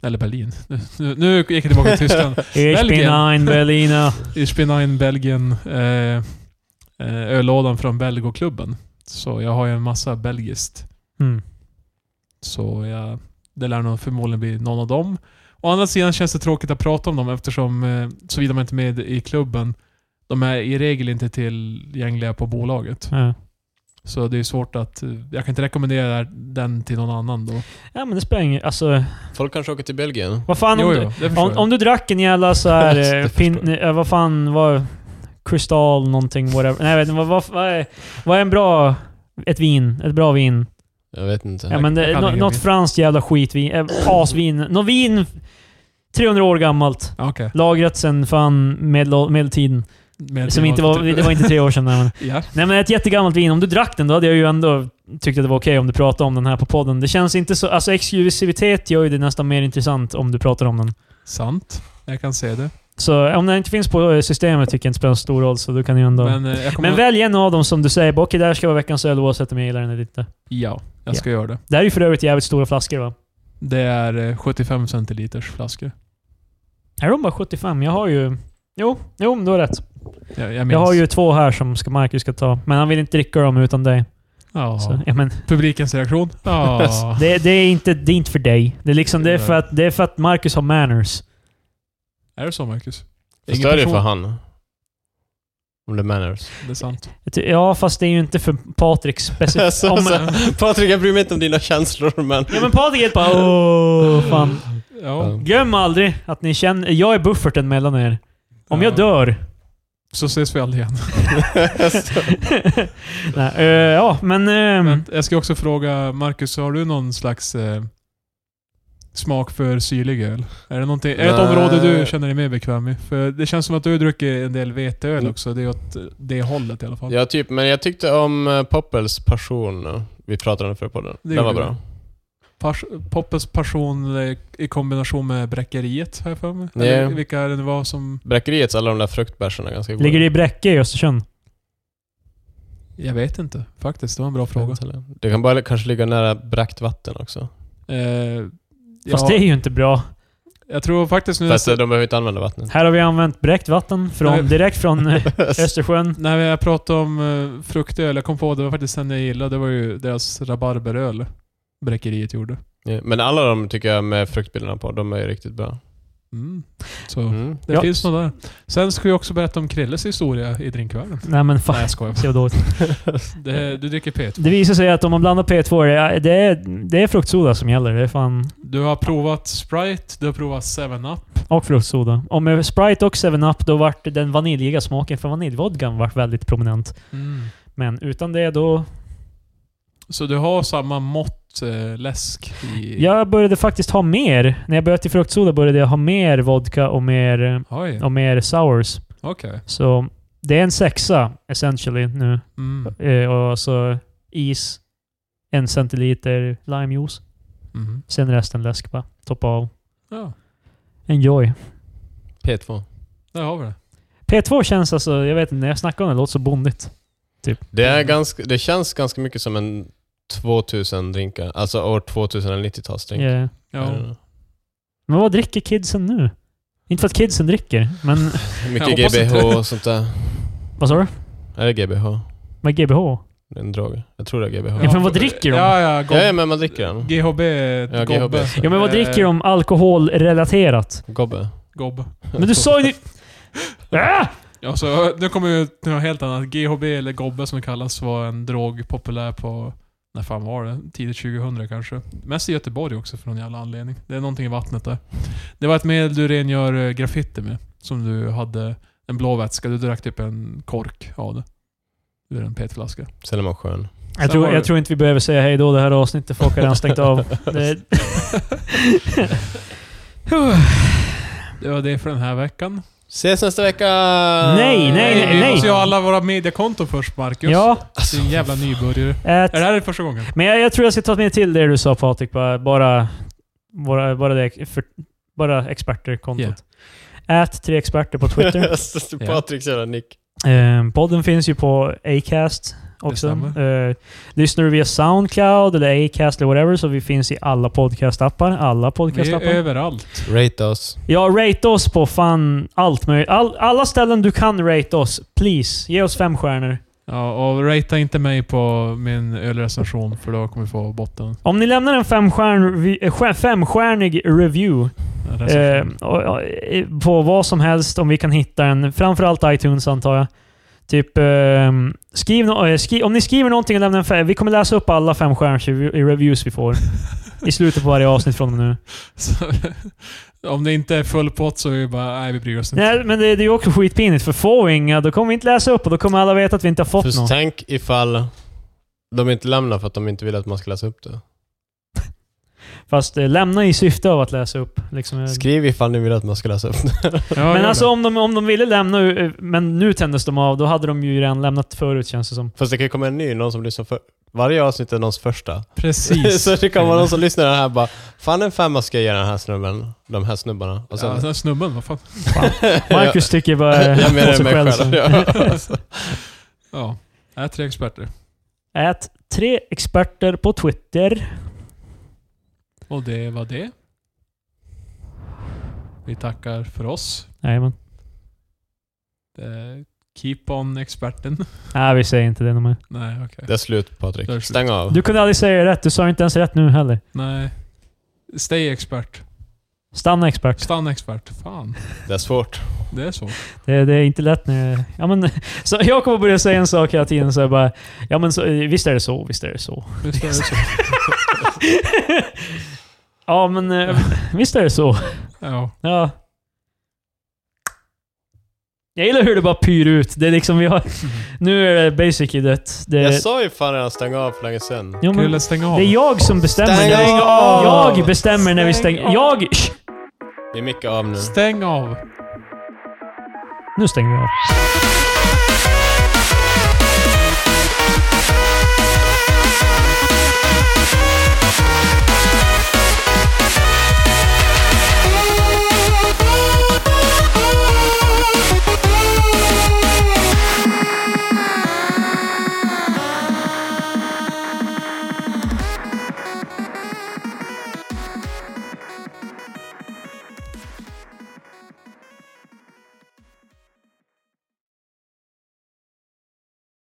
S2: Eller Berlin. Nu- Nu, nu gick jag tillbaka till Tyskland.
S1: Ich bin
S2: Belgien.
S1: ein Berliner.
S2: Ich bin ein Belgien. Eh, eh, öllådan från Belgoklubben. Så jag har ju en massa belgiskt.
S1: Mm.
S2: Så jag, det lär nog förmodligen bli någon av dem. Å andra sidan känns det tråkigt att prata om dem eftersom, eh, såvida man inte är med i klubben, de är i regel inte tillgängliga på bolaget.
S1: Ja.
S2: Så det är svårt att... eh, Jag kan inte rekommendera den till någon annan då.
S1: ja, men det spelar ingen Alltså,
S3: Folk kanske åker till Belgien.
S1: vad fan
S2: Jo,
S1: om,
S2: jo,
S1: du,
S2: det förstår
S1: om,
S2: jag.
S1: om du drack en jävla så här, eh,
S3: Det
S1: pin,
S3: förstår
S1: eh, Vad fan var... Kristall någonting, whatever. Nej, jag vet inte. Vad, vad, vad, är, vad är en bra... Ett vin? Ett bra vin?
S3: Jag vet inte.
S1: Ja, men det,
S2: kan
S1: nå-
S2: ingen
S1: något
S2: vin.
S1: franskt jävla skitvin. eh, Asvin. Något vin 300 år gammalt.
S2: Okej.
S1: Lagrat sen fan medel, medeltiden.
S2: Med
S1: Som inte
S2: typ-
S1: var, det var inte tre år sedan. Nej, men.
S2: Ja.
S1: Nej men ett jättegammalt vin. Om du drack den, då hade jag ju ändå tyckt att det var okej om du pratade om den här på podden. Det känns inte så... Alltså exklusivitet gör ju det nästan mer intressant om du pratar om den.
S2: Sant. Jag kan se det.
S1: Så om den inte finns på eh, systemet tycker jag inte spelar så stor roll, så du kan ju ändå... Men,
S2: Men, eh, jag kommer...
S1: välj en av dem som du säger, bara, okej det här ska vara veckans öl oavsett om jag gillar den eller inte.
S2: Ja, jag ska göra det.
S1: Det här är ju för övrigt jävligt stora flaskor va?
S2: Det är eh, 75 centiliters flaskor.
S1: Här är de bara 75. Jag har ju... Jo, jo men du har rätt.
S2: Jag, jag minns.
S1: Jag har ju två här som ska Marcus ska ta, men han vill inte dricka dem utan dig.
S2: Ja.
S1: Så, ja, men,
S2: Publikens reaktion? Ja.
S1: det, det, är inte, det är inte för dig. Det är, liksom, det är, för, att, det är för att Marcus har manners.
S2: är det så Marcus?
S3: Jag
S2: Ingen
S3: stör ju
S2: person.
S3: för han. Om det är manners.
S2: Det är sant.
S1: Jag ty- Ja, fast det är ju inte för Patrik specifikt.
S3: Så-
S1: Om-
S3: så- Patrik, jag bryr mig inte om dina känslor, men...
S1: Ja men Patrik är helt bara åh fan.
S2: Ja.
S1: Glöm aldrig att ni känner... Jag är bufferten mellan er. Om jag
S2: Ja.
S1: dör...
S2: Så ses vi aldrig igen.
S1: Nej, eh, ja, men... ehm,
S2: Men jag ska också fråga Marcus, har du någon slags eh, smak för syrlig öl? Är det, någonting, är det ett
S3: Nej.
S2: område du känner dig mer bekväm i? För det känns som att du har druckit en del veteöl också. Det är åt det hållet i alla fall.
S3: Ja, typ. Men jag tyckte om eh, Poppels passion. eh, Vi pratade om förra podden.
S2: Det
S3: Den
S2: gjorde
S3: var
S2: vi.
S3: bra.
S2: Pars, Poppes passion eh, i kombination med Bräckeriet har jag för mig.
S3: Ja.
S2: Eller Vilka det nu var som...
S3: Bräckeriets alla de där fruktbärsen är ganska goda.
S1: ligger det i Bräcke i Östersund?
S2: Jag vet inte faktiskt. Det var en bra fråga.
S3: fråga? Det kan bara kanske ligga nära bräckt vatten också.
S1: Mm.
S2: Eh,
S1: Fast
S2: ja,
S1: det är ju inte bra.
S2: Jag tror faktiskt nu...
S3: Fast eh, de behöver inte använda vattnet.
S1: Här har vi använt bräckt vatten
S2: Nej.
S1: från, direkt från eh, Östersjön.
S2: När jag pratade om eh, fruktöl, jag kom på det var faktiskt den jag gillade. Det var ju deras rabarberöl Bräckeriet gjorde.
S3: Ja, Men alla de tycker jag med fruktbilderna på, de är ju riktigt bra.
S2: Mm. Så
S3: Mm.
S2: det
S1: Ja.
S2: finns något där. Sen ska vi också berätta om Krilles historia i drinkvärlden.
S1: Nej men
S2: Nej
S1: fan.
S2: jag skojar
S1: Det, var dåligt.
S2: det, Du dricker P2.
S1: det visar sig att om man blandar P2, det är, det är, det är fruktsoda som gäller. Det är fan...
S2: Du har provat Sprite, du har provat 7-Up.
S1: Och fruktsoda. Om eh, Sprite och 7-Up, då vart den vaniljiga smaken från vaniljvodkan vart väldigt prominent. Men utan det då...
S2: Så du har samma mått eh, läsk i...
S1: Jag började faktiskt ha mer. När jag började till fruktsoda började jag ha mer vodka och mer, eh,
S2: Oj,
S1: och mer sours.
S2: okej.
S1: Så det är en sexa essentially nu.
S2: Mm.
S1: Eh, och så is, en centiliter limejuice.
S2: Mm.
S1: Sen resten läsk bara. Toppa av.
S2: Ja,
S1: Enjoy.
S3: P2.
S2: där har vi det.
S1: P2 känns alltså, jag vet inte, när jag snackar om det, det låter så bondigt.
S3: Det, är ganska, det känns ganska mycket som en 2000 drinkar. Alltså år 2000 eller 90-talsdrink.
S1: Yeah.
S2: Ja.
S1: Eh, Men vad dricker kidsen nu? Inte för att kidsen dricker, men
S3: Mycket
S2: Jag hoppas
S3: GBH och sånt där.
S1: vad sa du?
S3: Är det GBH?
S1: Vad är GBH?
S3: Det är en drog. Jag tror det är GBH.
S1: Ja, men vad dricker de?
S2: Ja, ja,
S3: Ja,
S2: gob-
S3: ja men man dricker den.
S2: GHB,
S3: Ja, GHB.
S2: gobbe. Eh,
S1: Ja men vad dricker de alkoholrelaterat?
S3: Gobbe.
S2: Gobb.
S1: Men du sa ju nyss... Ah!
S2: Ja, så, nu kommer ju till något helt annat. GHB, eller gobbe som det kallas, var en drog populär på, när fan var det? Tidigt 2000 kanske. Mest i Göteborg också för någon jävla anledning. Det är någonting i vattnet där. Det var ett medel du rengör eh, graffiti med. Som du hade en blå vätska. Du drack typ en kork av det. Ur en petflaska.
S3: Sen är man skön.
S1: Jag tror,
S2: var det-
S1: jag tror inte vi behöver säga hej då det här avsnittet. Folk har redan stängt av. Det,
S2: Det var det för den här veckan.
S3: Ses nästa vecka! Alltså,
S1: Nej, nej, nej,
S2: Vi
S1: nej. Alltså,
S2: måste ju ha alla våra mediekonton först, Marcus.
S1: ja,
S2: Din jävla nybörjare.
S1: ät.
S2: Är det här första gången?
S1: Men jag, jag tror jag ska ta med till det du sa Patrik. Bara, bara, bara, bara, det, för, bara experter-kontot. Ät tre experter på Twitter.
S3: Alltså, Patriks jävla nick.
S1: eh, podden finns ju på Acast också. Eh, lyssnar du via Soundcloud eller Acast eller whatever så vi finns i alla podcastappar. Alla
S2: Vi är
S1: podcastappar.
S2: överallt.
S3: Rate oss.
S1: Ja, rate oss på fan allt möjligt. All, alla ställen du kan rate oss. Please, ge oss fem stjärnor.
S2: Ja, och ratea inte mig på min ölrecension för då kommer vi få botten.
S1: Om ni lämnar en femstjärn, eh, stjär- femstjärnig review eh,
S2: recension.
S1: och- och, eh, på vad som helst, om vi kan hitta den, framförallt iTunes antar jag. Typ, eh, skriv no eh, skri om ni skriver någonting och lämnar en fem, Vi kommer läsa upp alla femstjärnors i i reviews vi får. I slutet på varje avsnitt från och med nu.
S2: Så, om det inte är full pott så är det bara, nej vi bryr oss inte.
S1: Nej, men det, det är ju också skitpinigt, för får vi inga, då kommer vi inte läsa upp och då kommer alla veta att vi inte har fått
S3: För
S1: något.
S3: tänk ifall de inte lämnar för att de inte vill att man ska läsa upp det.
S1: Fast eh, lämna i syfte av att läsa upp. Liksom, eh,
S3: Skriv ifall ni vill att man ska läsa upp det.
S2: Ja,
S1: Men
S2: gör
S1: alltså
S2: det.
S1: om de, om de ville lämna, eh, men nu tändes de av, då hade de ju redan lämnat förut känns det som.
S3: Fast det kan ju komma en ny, någon som lyssnar för... Varje avsnitt är någons första.
S2: Precis.
S3: Så det kan vara någon som lyssnar den här och bara Fan en femma ska jag ge den här snubben. De här snubbarna. Och
S2: Ja,
S3: sen,
S2: den här snubben, vad fan.
S1: Marcus tycker bara eh,
S3: jag
S1: på
S3: menar
S1: sig
S3: mig
S1: själv.
S3: själv.
S1: så.
S3: Ja.
S2: Ja, jag är tre experter.
S1: Ät tre experter på Twitter.
S2: Och det var det. Vi tackar för oss.
S1: Jajamän.
S2: Det Keep on experten.
S1: Nej, vi säger inte det någon mer.
S2: Nej, okej.
S3: Det är slut Patrik.
S2: Det är slut.
S3: Stäng av.
S1: Du kunde aldrig säga rätt. Du sa inte ens rätt nu heller.
S2: Nej. Stay expert.
S1: Stanna expert.
S2: Stanna expert. Fan.
S3: Det är svårt.
S1: Eh.
S2: Det är så.
S1: Det, det är inte lätt när... Ja, men, så jag kommer börja säga en sak hela tiden så jag bara... Ja, men så, eh, visst är det så, visst är det så.
S2: Visst är det så.
S1: ja, men eh, visst är det så.
S2: Ja.
S1: Ja. Jag gillar hur det bara pyr ut. Det är liksom vi har... Nu är det basically dött. Det,
S3: Jag sa ju fan redan stäng av för länge sedan.
S1: Jo, men,
S2: Krille, stäng av.
S1: det är jag som bestämmer.
S3: Stäng
S1: när vi-
S3: av!
S1: Jag bestämmer när vi stänger...
S3: Stäng av!
S1: Jag... Shh!
S3: Det är mycket av nu.
S2: Stäng av.
S1: Nu stänger vi av.